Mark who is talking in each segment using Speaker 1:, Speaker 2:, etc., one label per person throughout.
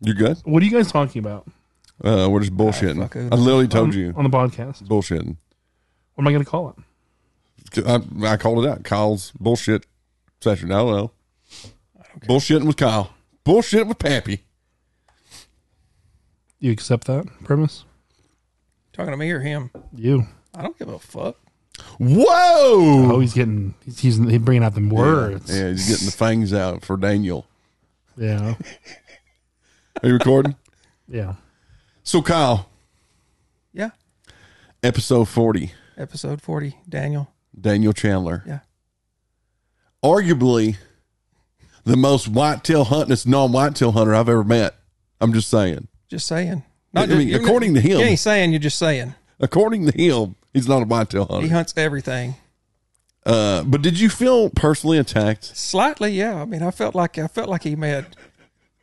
Speaker 1: You good?
Speaker 2: What are you guys talking about
Speaker 1: Uh, we're just bullshitting.
Speaker 3: fuck it.
Speaker 1: I literally told
Speaker 2: on,
Speaker 1: you
Speaker 2: on the podcast?
Speaker 1: bullshitting.
Speaker 2: What am I going to call it?
Speaker 1: I, I called it out. Kyle's bullshit session. I don't know. Bullshitting with Kyle. Bullshit with Pappy.
Speaker 2: You accept that premise?
Speaker 3: Talking to me or him?
Speaker 2: You.
Speaker 3: I don't give a fuck.
Speaker 1: Whoa.
Speaker 2: Oh, he's getting he's he's, he's bringing out the words.
Speaker 1: Yeah, he's getting the fangs out for Daniel.
Speaker 2: Yeah.
Speaker 1: Are you recording?
Speaker 2: Yeah.
Speaker 1: so Kyle,
Speaker 3: Yeah.
Speaker 1: episode forty,
Speaker 3: Episode forty, Daniel.
Speaker 1: Daniel Chandler,
Speaker 3: Yeah.
Speaker 1: arguably the most whitetail huntingest non-whitetail hunter I've ever met. I'm just saying.
Speaker 3: Just saying.
Speaker 1: I mean,
Speaker 3: you're
Speaker 1: according to him.
Speaker 3: You ain't saying. You're just saying.
Speaker 1: According to him, he's not a whitetail
Speaker 3: He
Speaker 1: hunter.
Speaker 3: hunts everything.
Speaker 1: Uh, but did you feel personally attacked?
Speaker 3: Slightly, yeah. I mean, I felt like I felt like he may had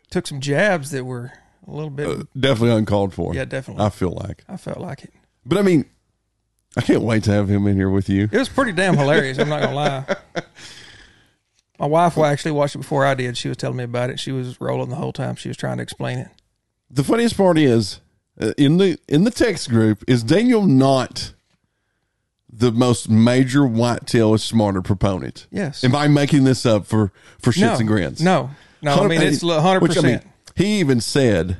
Speaker 3: took some jabs that were a little bit.
Speaker 1: Definitely uncalled for.
Speaker 3: yeah, definitely.
Speaker 1: I feel like.
Speaker 3: I felt like it.
Speaker 1: But I mean, I can't wait to have him in here with you.
Speaker 3: It was pretty damn hilarious. I'm not gonna lie. My wife well, actually watched it before I did. She was telling me about it. She was rolling the whole time. She was trying to explain it.
Speaker 1: The funniest part is uh, in the in the text group is Daniel not the most major whitetail is smarter proponent.
Speaker 3: Yes.
Speaker 1: Am I making this up for for shits
Speaker 3: no,
Speaker 1: and grins?
Speaker 3: No, no. I mean, it's 100.
Speaker 1: Which, I mean,
Speaker 3: percent
Speaker 1: he even said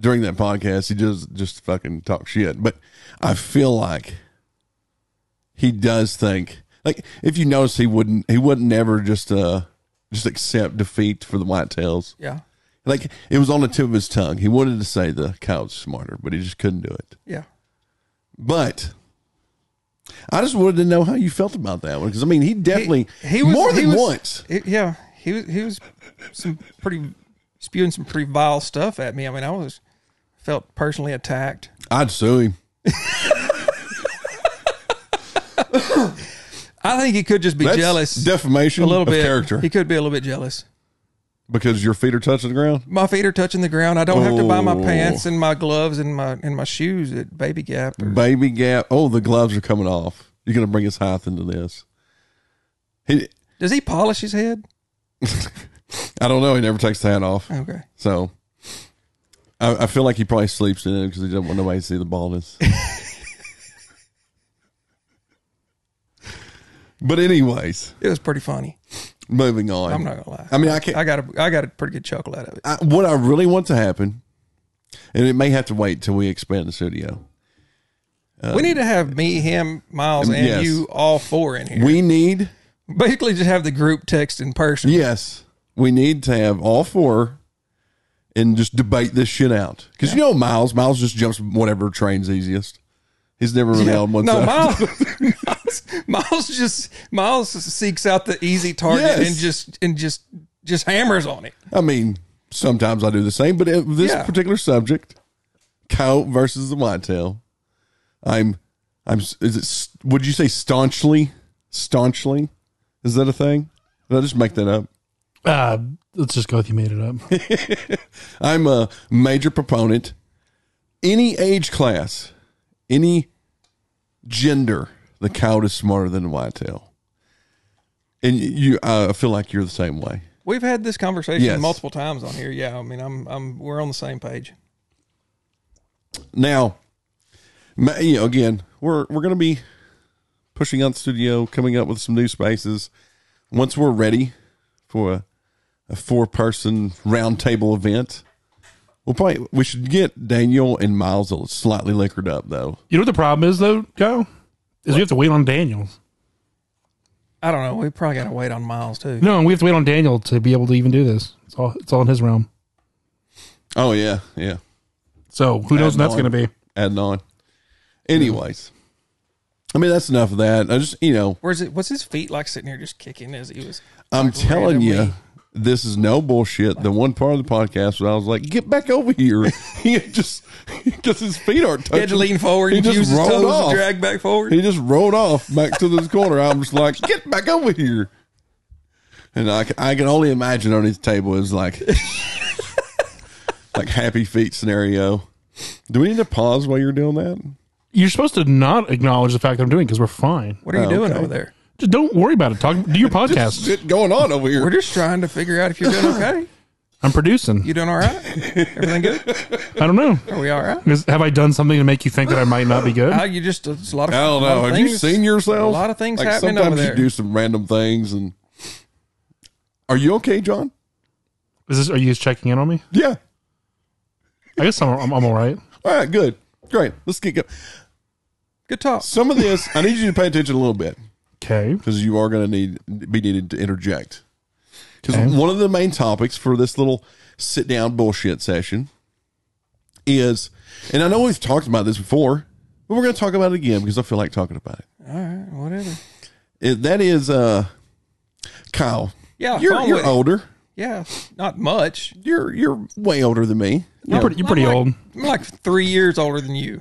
Speaker 1: during that podcast, he just just fucking talk shit. But I feel like he does think like if you notice, he wouldn't he wouldn't ever just uh just accept defeat for the whitetails.
Speaker 3: Yeah,
Speaker 1: Like it was on the tip of his tongue. He wanted to say the cow's smarter, but he just couldn't do it.
Speaker 3: yeah.
Speaker 1: But I just wanted to know how you felt about that one because I mean, he definitely
Speaker 3: He was
Speaker 1: more
Speaker 3: he
Speaker 1: than
Speaker 3: was-
Speaker 1: once.
Speaker 3: it- yeah, he was. He was some pretty spewing some pretty vile stuff at me. I mean, I was felt personally attacked.
Speaker 1: I'd sue him.
Speaker 3: I think he could just be
Speaker 1: That's
Speaker 3: jealous
Speaker 1: defamation
Speaker 3: a little
Speaker 1: of
Speaker 3: bit.
Speaker 1: character
Speaker 3: He could be a little bit jealous.
Speaker 1: because your feet are touching the ground.
Speaker 3: My feet are touching the ground. I don't have to buy my
Speaker 1: Oh.
Speaker 3: pants and my gloves and my and my shoes at Baby Gap. Or,
Speaker 1: Baby gap. Oh, the gloves are coming off. You're gonna bring his height into this. He,
Speaker 3: does he polish his head?
Speaker 1: I don't know. He never takes the hat off,
Speaker 3: Okay.
Speaker 1: so I, I feel like he probably sleeps in it because he doesn't want nobody to see the baldness. but anyways,
Speaker 3: It was pretty funny.
Speaker 1: moving on.
Speaker 3: I'm not gonna lie.
Speaker 1: I mean, I can't.
Speaker 3: I got a I got a pretty good chuckle out of it.
Speaker 1: I, what I really want to happen, and it may have to wait till we expand the studio.
Speaker 3: we need to have me, him, Miles, and
Speaker 1: um, yes.
Speaker 3: you all four in here.
Speaker 1: We need
Speaker 3: Basically, just have the group text in person.
Speaker 1: Yes, we need to have all four and just debate this shit out. Because you know Miles, Miles just jumps whatever train's easiest. He's never really on one
Speaker 3: no,
Speaker 1: side.
Speaker 3: Miles, Miles, Miles just Miles seeks out the easy target
Speaker 1: Yes.
Speaker 3: and just and just just hammers on it.
Speaker 1: I mean, sometimes I do the same, but it, this
Speaker 3: Yeah.
Speaker 1: particular subject, coyote versus the whitetail, I'm, I'm. Is it? s- Would you say staunchly? Staunchly, is that a thing? Did I just make that up?
Speaker 2: Uh, let's just go with you made it up.
Speaker 1: I'm a major proponent. Any age class, any gender, the cow is smarter than the whitetail. And you, I feel like you're the same way.
Speaker 3: We've had this conversation
Speaker 1: Yes.
Speaker 3: multiple times on here. Yeah, I mean, I'm I'm we're on the same page.
Speaker 1: Now, ma- you know, again, we're we're going to be pushing out the studio, coming up with some new spaces. Once we're ready for a, a four person roundtable event, we'll probably we should get Daniel and Miles a slightly liquored up though.
Speaker 2: You know what the problem is though, Kyle? Is we have to wait on Daniel.
Speaker 3: I don't know. We probably got to wait on Miles too.
Speaker 2: No, we have to wait on Daniel to be able to even do this. It's all it's all in his realm.
Speaker 1: Oh yeah, yeah.
Speaker 2: So who knows when that's going to be?
Speaker 1: Adding on. Anyways, I mean that's enough of that. I just you know
Speaker 3: Where's it? What's his feet like sitting here just kicking as he was?
Speaker 1: I'm telling you
Speaker 3: randomly-
Speaker 1: this is no bullshit. The one part of the podcast where I was like, "Get back over here," he just because his feet aren't
Speaker 3: He had to
Speaker 1: touching.
Speaker 3: lean forward
Speaker 1: He
Speaker 3: and
Speaker 1: Uh, just
Speaker 3: use his
Speaker 1: rolled
Speaker 3: toes
Speaker 1: off.
Speaker 3: and drag back forward.
Speaker 1: He just rolled off back to this corner. I'm just like, "Get back over here," and I, ca- I can only imagine on his table is like like happy feet scenario. Do we need to pause while you're doing that?
Speaker 2: You're supposed to not acknowledge the fact that I'm doing because we're fine.
Speaker 3: what are you
Speaker 1: Oh,
Speaker 3: doing
Speaker 1: okay.
Speaker 3: over there?
Speaker 2: Just don't worry about it. Talk do your podcast.
Speaker 1: Shit going on over here.
Speaker 3: We're just trying to figure out if you're doing okay.
Speaker 2: I'm producing.
Speaker 3: You doing all right? Everything good?
Speaker 2: I don't know.
Speaker 3: Are we all right?
Speaker 2: Is- have I done something to make you think that I might not be good?
Speaker 3: Uh, you just it's a lot of.
Speaker 1: I don't
Speaker 3: a lot
Speaker 1: know.
Speaker 3: of
Speaker 1: Have you
Speaker 3: things-
Speaker 1: seen yourself?
Speaker 3: A lot of things
Speaker 1: like
Speaker 3: happening
Speaker 1: sometimes
Speaker 3: over there.
Speaker 1: you do some random things, and are you okay, John?
Speaker 2: Is this? Are you just checking in on me?
Speaker 1: Yeah.
Speaker 2: I guess I'm I'm, I'm all right.
Speaker 1: All right. Good. Great. Let's get going.
Speaker 3: Good talk.
Speaker 1: Some of this, I need you to pay attention a little bit
Speaker 2: Okay.
Speaker 1: because you are going to need be needed to interject. Because
Speaker 2: Okay.
Speaker 1: one of the main topics for this little sit down bullshit session is, and I know we've talked about this before, but we're going to talk about it again because I feel like talking about it.
Speaker 3: All right, whatever.
Speaker 1: It- that is, uh, Kyle.
Speaker 3: Yeah,
Speaker 1: you're,
Speaker 3: fine
Speaker 1: you're
Speaker 3: with it.
Speaker 1: older.
Speaker 3: Yeah, not much.
Speaker 1: You're you're way older than me.
Speaker 2: You're pretty. You're pretty
Speaker 3: I'm like-
Speaker 2: old.
Speaker 3: I'm like three years older than you.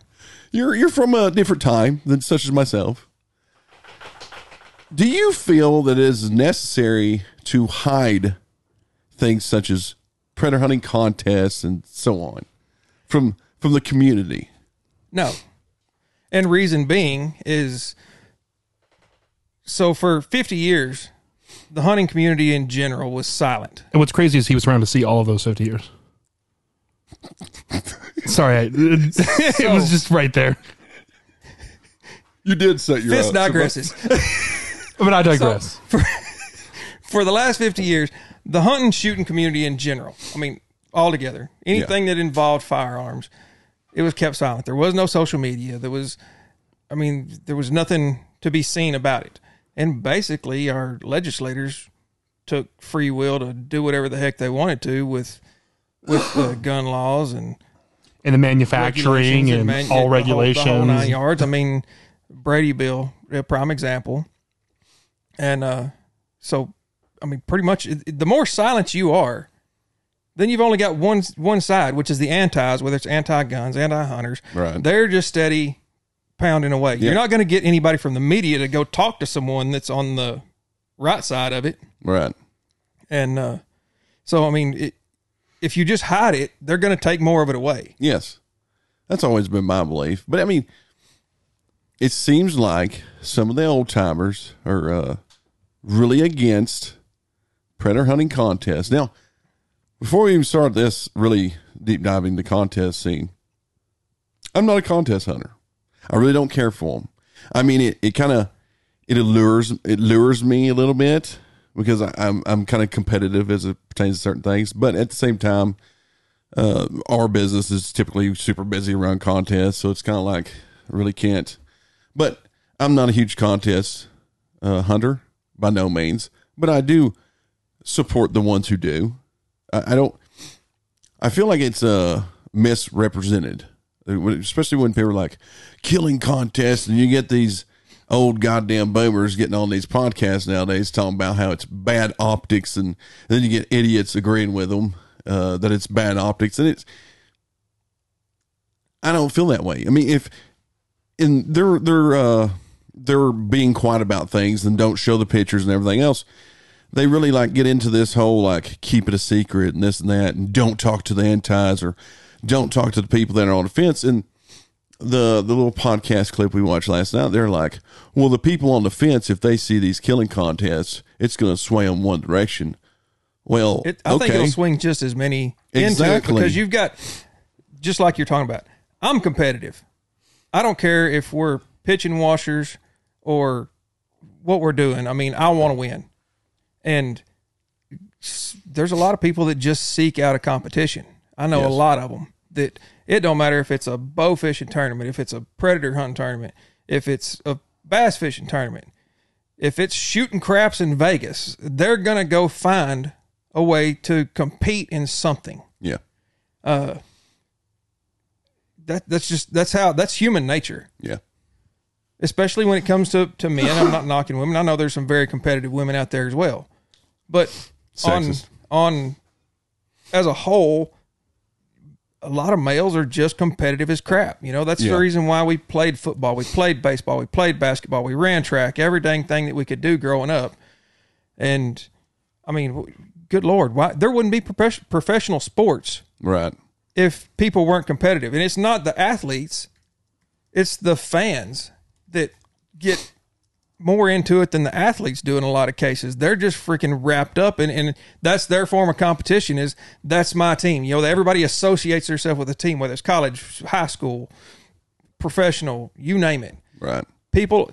Speaker 1: You're you're from a different time than such as myself. Do you feel that it is necessary to hide things such as predator hunting contests and so on from from the community?
Speaker 3: No. And reason being is so for 50 years, the hunting community in general was silent.
Speaker 2: And what's crazy is he was around to see all of those 50 years. Sorry, I, it, was just right there.
Speaker 1: You did set your
Speaker 3: Fist digresses.
Speaker 2: But I digress.
Speaker 3: for the last 50 years, the hunting shooting community in general, I mean, altogether, anything that involved firearms, it was kept silent. There was no social media. There was, I mean, there was nothing to be seen about it. And basically, our legislators took free will to do whatever the heck they wanted to with with the gun laws and
Speaker 2: and the manufacturing
Speaker 3: regulations
Speaker 2: and,
Speaker 3: man- the
Speaker 2: all
Speaker 3: whole-
Speaker 2: regulations.
Speaker 3: The whole nine yards. I mean, Brady Bill, a prime example. And uh, so, I mean, pretty much it- it- the more silent you are, then you've only got one one side, which is the antis, whether it's anti guns, anti hunters.
Speaker 1: Right.
Speaker 3: They're just steady pounding away. You're not going to get anybody from the media to go talk to someone that's on the right side of it.
Speaker 1: right.
Speaker 3: And uh, so, I mean, it, if you just hide it, they're going to take more of it away.
Speaker 1: Yes. That's always been my belief. But I mean, it seems like some of the old timers are uh, really against predator hunting contests. Now, before we even start this really deep diving the contest scene, I'm not a contest hunter. I really don't care for them. I mean, it, it kind of it allures it lures me a little bit because I, I'm I'm kind of competitive as it pertains to certain things. But at the same time, uh, our business is typically super busy around contests, so it's kind of like really can't. But I'm not a huge contest uh, hunter by no means, but I do support the ones who do. I, I don't. I feel like it's uh, misrepresented, especially when people are like killing contests, and you get these old goddamn boomers getting on these podcasts nowadays talking about how it's bad optics, and then you get idiots agreeing with them uh, that it's bad optics, and it's. I don't feel that way. I mean, if and they're they're uh, they're being quiet about things and don't show the pictures and everything else they really like get into this whole like keep it a secret and this and that and don't talk to the antis or don't talk to the people that are on the fence and the the little podcast clip we watched last night they're like well the people on the fence if they see these killing contests it's going to sway them one direction well
Speaker 3: It, I
Speaker 1: Oh, okay
Speaker 3: think it'll swing just as many into
Speaker 1: Exactly.
Speaker 3: it because you've got, just like you're talking about, I'm competitive. I don't care if we're pitching washers or what we're doing. I mean, I want to win. And s- there's a lot of people that just seek out a competition. I know
Speaker 1: Yes.
Speaker 3: a lot of them that it don't matter if it's a bow fishing tournament, if it's a predator hunting tournament, if it's a bass fishing tournament, if it's shooting craps in Vegas, they're going to go find a way to compete in something.
Speaker 1: yeah
Speaker 3: That that's just that's how that's human nature.
Speaker 1: yeah
Speaker 3: Especially when it comes to to men. I'm not knocking women. I know there's some very competitive women out there as well. But
Speaker 1: Sexist.
Speaker 3: on on as a whole a lot of males are just competitive as crap. You know, that's
Speaker 1: Yeah.
Speaker 3: the reason why we played football, we played baseball, we played basketball, we ran track, every dang thing that we could do growing up. And I mean, w- good lord, why there wouldn't be profes- professional sports
Speaker 1: right
Speaker 3: if people weren't competitive. And it's not the athletes, it's the fans that get more into it than the athletes do in a lot of cases. They're just freaking wrapped up, and, and that's their form of competition. Is that's my team. You know, everybody associates themselves with a team, whether it's college, high school, professional, you name it.
Speaker 1: Right.
Speaker 3: People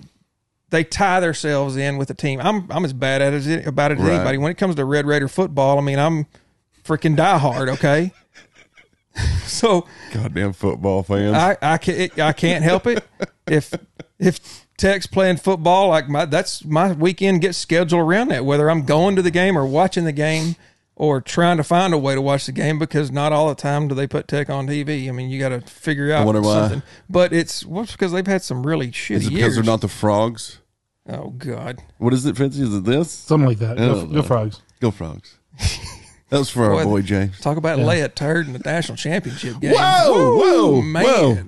Speaker 3: they tie themselves in with a team. I'm I'm as bad at it as any- about it as
Speaker 1: Right.
Speaker 3: anybody. When it comes to Red Raider football, I mean I'm freaking diehard. Okay, so
Speaker 1: Goddamn football fans.
Speaker 3: I I can't it, I can't help it if if Tech's playing football like my that's my weekend gets scheduled around that whether I'm going to the game or watching the game or trying to find a way to watch the game because not all the time do they put Tech on TV. I mean you got to figure out
Speaker 1: wonder why.
Speaker 3: something. But it's well, it's because they've had some really shitty
Speaker 1: is it because
Speaker 3: years.
Speaker 1: they're not the frogs?
Speaker 3: oh God.
Speaker 1: What is it, Fitzy? Is it this?
Speaker 2: Something like
Speaker 1: Oh,
Speaker 2: that. Go, go
Speaker 1: Lord.
Speaker 2: frogs.
Speaker 1: Go frogs. That was for our
Speaker 3: Boy,
Speaker 1: boy James.
Speaker 3: Talk about lay a turd in the national championship game.
Speaker 1: Whoa,
Speaker 3: Woo,
Speaker 1: whoa, whoa.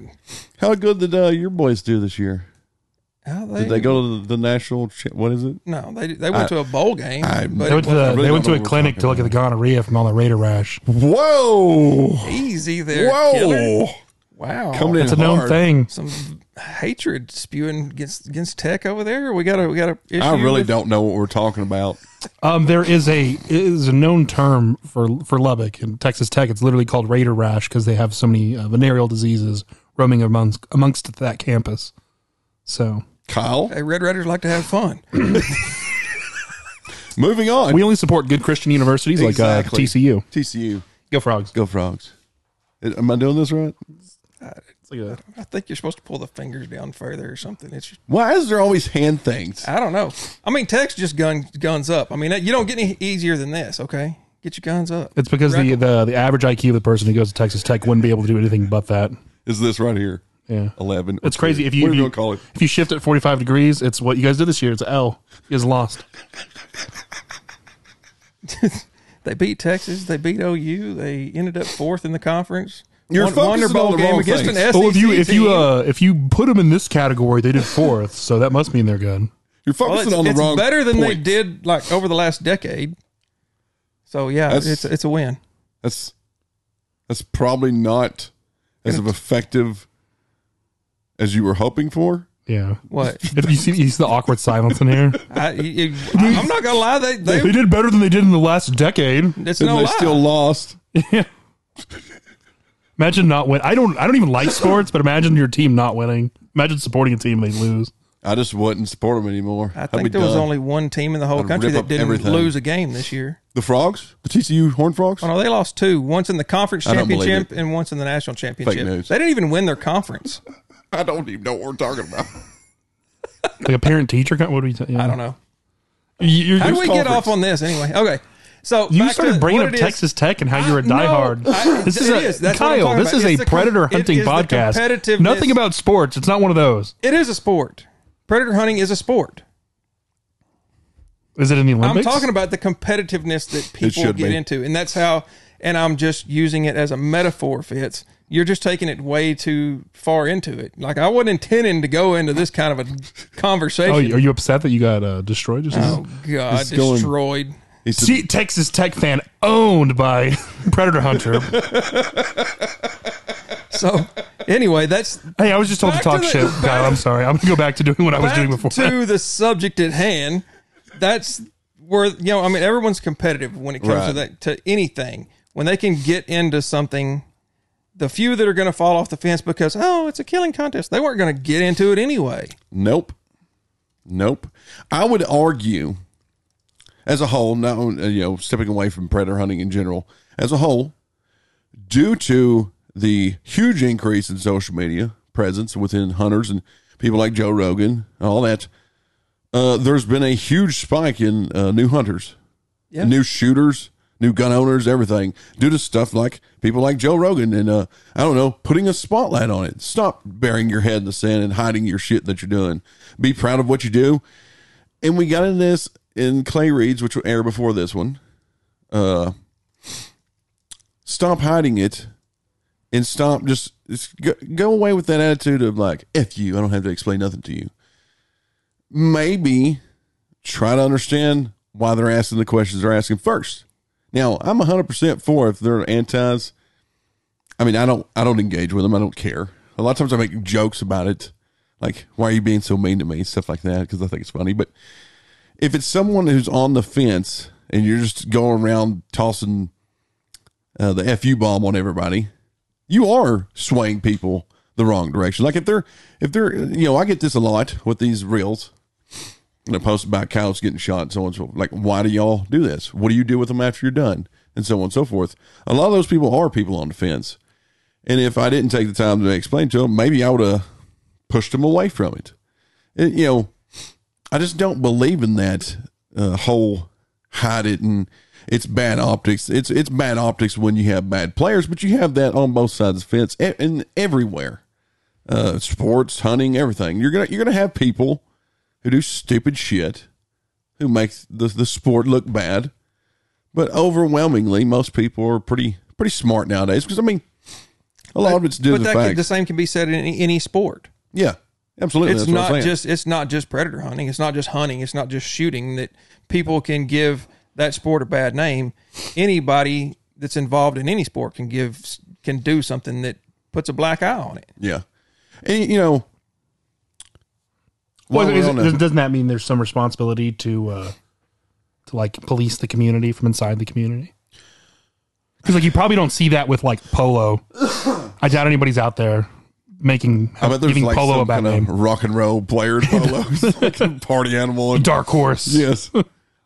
Speaker 1: How good did uh, your boys do this year?
Speaker 3: How they,
Speaker 1: Did they go to the, the national? Cha- what is it?
Speaker 3: No, they they went
Speaker 1: I-
Speaker 3: to a bowl game.
Speaker 1: I-
Speaker 2: They
Speaker 3: but
Speaker 2: went
Speaker 3: it
Speaker 2: to, the,
Speaker 3: was
Speaker 1: really
Speaker 2: they
Speaker 1: don't
Speaker 2: went to
Speaker 1: know
Speaker 2: a
Speaker 1: what we're
Speaker 2: clinic to look at the gonorrhea from all the Raider rash.
Speaker 1: Whoa,
Speaker 3: easy there. killer.
Speaker 1: whoa!
Speaker 3: Wow.
Speaker 1: Coming
Speaker 2: It's a
Speaker 1: in
Speaker 2: known
Speaker 1: hard.
Speaker 2: thing.
Speaker 3: Some hatred spewing against against Tech over there. We got a we got a issue.
Speaker 1: I really
Speaker 3: with-
Speaker 1: don't know what we're talking about.
Speaker 2: Um, there is a it is a known term for for Lubbock in Texas Tech. It's literally called Raider rash because they have so many uh, venereal diseases roaming amongst amongst that campus. So
Speaker 1: Kyle,
Speaker 3: Hey, Red Raiders like to have fun.
Speaker 1: moving on.
Speaker 2: we only support good Christian universities like uh,
Speaker 1: Exactly.
Speaker 2: TCU.
Speaker 1: TCU,
Speaker 2: Go frogs.
Speaker 1: go frogs. Am I doing this right?
Speaker 3: I think you're supposed to pull the fingers down further or something. It's
Speaker 1: Why is there always hand things?
Speaker 3: I don't know. I mean, Tech's just guns guns up. I mean, you don't get any easier than this. Okay, get your guns up.
Speaker 2: It's because the, the the average IQ of the person who goes to Texas Tech wouldn't be able to do anything but that.
Speaker 1: Is this right here?
Speaker 2: Yeah.
Speaker 1: Eleven. or
Speaker 2: It's crazy
Speaker 1: two.
Speaker 2: if you,
Speaker 1: What
Speaker 2: if
Speaker 1: are
Speaker 2: you
Speaker 1: you gonna call it?
Speaker 2: if you shift at forty five degrees. It's what you guys did this year. It's a L. You guys lost.
Speaker 3: They beat Texas. They beat OU. They ended up fourth in the conference.
Speaker 1: You're focusing on the wrong
Speaker 3: against an
Speaker 1: things.
Speaker 3: SEC
Speaker 2: Oh, if you if
Speaker 3: team.
Speaker 2: you uh if you put them in this category, they did fourth, so that must mean they're good.
Speaker 1: You're
Speaker 3: Well,
Speaker 1: focusing
Speaker 3: it's,
Speaker 1: on the
Speaker 3: it's
Speaker 1: wrong.
Speaker 3: better than they
Speaker 1: point.
Speaker 3: did like over the last decade. So yeah,
Speaker 1: That's-
Speaker 3: it's it's a win.
Speaker 1: That's that's probably not as effective as you were hoping for.
Speaker 2: Yeah.
Speaker 3: What
Speaker 2: If you see, you see the awkward silence in here.
Speaker 3: I, you- I, am not gonna lie, they,
Speaker 2: They,
Speaker 3: they
Speaker 2: did better than they did in the last decade.
Speaker 3: it's
Speaker 1: And
Speaker 3: no
Speaker 1: they
Speaker 3: lie.
Speaker 1: still lost.
Speaker 2: Imagine not win. I don't. I don't even like sports, but imagine your team not winning. Imagine supporting a team and they lose.
Speaker 1: I just wouldn't support them anymore.
Speaker 3: I
Speaker 1: I'd be
Speaker 3: think there was
Speaker 1: done.
Speaker 3: only one team in the whole
Speaker 1: I'd
Speaker 3: country
Speaker 1: rip
Speaker 3: that
Speaker 1: up
Speaker 3: didn't
Speaker 1: everything.
Speaker 3: lose a game this year.
Speaker 1: the frogs, the TCU Horn Frogs.
Speaker 3: Oh no, they lost two. Once in the conference
Speaker 1: I don't believe
Speaker 3: championship and once in the national championship.
Speaker 1: news.
Speaker 3: They didn't even win their conference.
Speaker 1: I don't even know what we're talking about.
Speaker 2: Like a parent teacher. What do we? T- yeah.
Speaker 3: I don't know.
Speaker 2: You,
Speaker 3: How do we
Speaker 2: you
Speaker 3: get off on this anyway? Okay. So
Speaker 2: you
Speaker 3: back
Speaker 2: started
Speaker 3: to
Speaker 2: bringing
Speaker 3: what
Speaker 2: up
Speaker 3: it is.
Speaker 2: Texas Tech and how you're a
Speaker 3: I- no,
Speaker 2: diehard.
Speaker 3: I-
Speaker 2: this
Speaker 3: it
Speaker 2: is a
Speaker 3: is. That's what I'm
Speaker 2: Kyle.
Speaker 3: talking
Speaker 2: This
Speaker 3: about.
Speaker 2: is
Speaker 3: It's
Speaker 2: a
Speaker 3: the com-
Speaker 2: predator
Speaker 3: it
Speaker 2: hunting
Speaker 3: is the
Speaker 2: podcast.
Speaker 3: competitiveness.
Speaker 2: Nothing about sports. It's not one of those.
Speaker 3: It is a sport. Predator hunting is a sport.
Speaker 2: Is it in the
Speaker 3: I'm
Speaker 2: Olympics?
Speaker 3: talking about the competitiveness that people
Speaker 1: should
Speaker 3: get
Speaker 1: be.
Speaker 3: into, and that's how. And I'm just using it as a metaphor, Fitz. You're just taking it way too far into it. Like I wasn't intending to go into this kind of a
Speaker 2: Oh,
Speaker 3: conversation.
Speaker 2: are you upset that you got uh, destroyed? Just
Speaker 3: Oh, God,
Speaker 1: It's going-
Speaker 3: destroyed.
Speaker 1: He said,
Speaker 2: See, Texas Tech fan owned by Predator Hunter.
Speaker 3: So anyway, that's
Speaker 2: hey, I was just told
Speaker 3: Back
Speaker 2: to talk
Speaker 3: to the-
Speaker 2: shit, Kyle. I'm sorry. I'm gonna go back to doing what I was
Speaker 3: back
Speaker 2: doing before.
Speaker 3: to the subject at hand. That's where you know. I mean, everyone's competitive when it comes to
Speaker 1: Right.
Speaker 3: that to anything. When they can get into something, the few that are going to fall off the fence because oh, it's a killing contest. They weren't going to get into it anyway.
Speaker 1: nope, nope. I would argue, as a whole, now uh, you know, stepping away from predator hunting in general, as a whole, due to the huge increase in social media presence within hunters and people like Joe Rogan, all that, uh, there's been a huge spike in uh, new hunters,
Speaker 3: Yeah.
Speaker 1: new shooters, new gun owners, everything, due to stuff like people like Joe Rogan and, uh, I don't know, putting a spotlight on it. Stop burying your head in the sand and hiding your shit that you're doing. Be proud of what you do. And we got into this in Clay Reed's, which will air before this one. Uh, stop hiding it and stop just, just go, go away with that attitude of like f you i don't have to explain nothing to you maybe try to understand why they're asking the questions they're asking first now i'm 100% for if they're antis i mean i don't i don't engage with them i don't care a lot of times i make jokes about it like why are you being so mean to me stuff like that because i think it's funny but if it's someone who's on the fence and you're just going around tossing uh, the fu bomb on everybody you are swaying people the wrong direction like if they're if they're you know i get this a lot with these reels and I posted about cows getting shot and so on and so forth. Like, why do y'all do this? What do you do with them after you're done? And so on and so forth. A lot of those people are people on the fence. And if I didn't take the time to explain to them, maybe I would have pushed them away from it. And, you know, I just don't believe in that uh, whole hide it and it's bad optics. It's it's bad optics when you have bad players, but you have that on both sides of the fence and, and everywhere. Uh, sports, hunting, everything. You're gonna you're gonna have people who do stupid shit, who make the, the sport look bad. But overwhelmingly, most people are pretty pretty smart nowadays. Because I mean, a lot of it's due
Speaker 3: but
Speaker 1: to the
Speaker 3: that
Speaker 1: fact,
Speaker 3: can, the same can be said in any, any sport.
Speaker 1: yeah, absolutely.
Speaker 3: it's
Speaker 1: that's what I'm
Speaker 3: not
Speaker 1: saying.
Speaker 3: just it's not just predator hunting. It's not just hunting. It's not just shooting that people can give that sport a bad name. Anybody that's involved in any sport can give can do something that puts a black eye on it.
Speaker 1: yeah, and you know,
Speaker 2: Well,
Speaker 1: while we're
Speaker 2: is,
Speaker 1: on the-
Speaker 2: doesn't that mean there's some responsibility to uh, to like police the community from inside the community? Because like you probably don't see that with like polo. I doubt anybody's out there making
Speaker 1: I bet there's
Speaker 2: giving
Speaker 1: like
Speaker 2: polo a
Speaker 1: some
Speaker 2: bad
Speaker 1: kind of
Speaker 2: name.
Speaker 1: rock and roll player in polo, like a party animal. And,
Speaker 2: Dark horse.
Speaker 1: yes,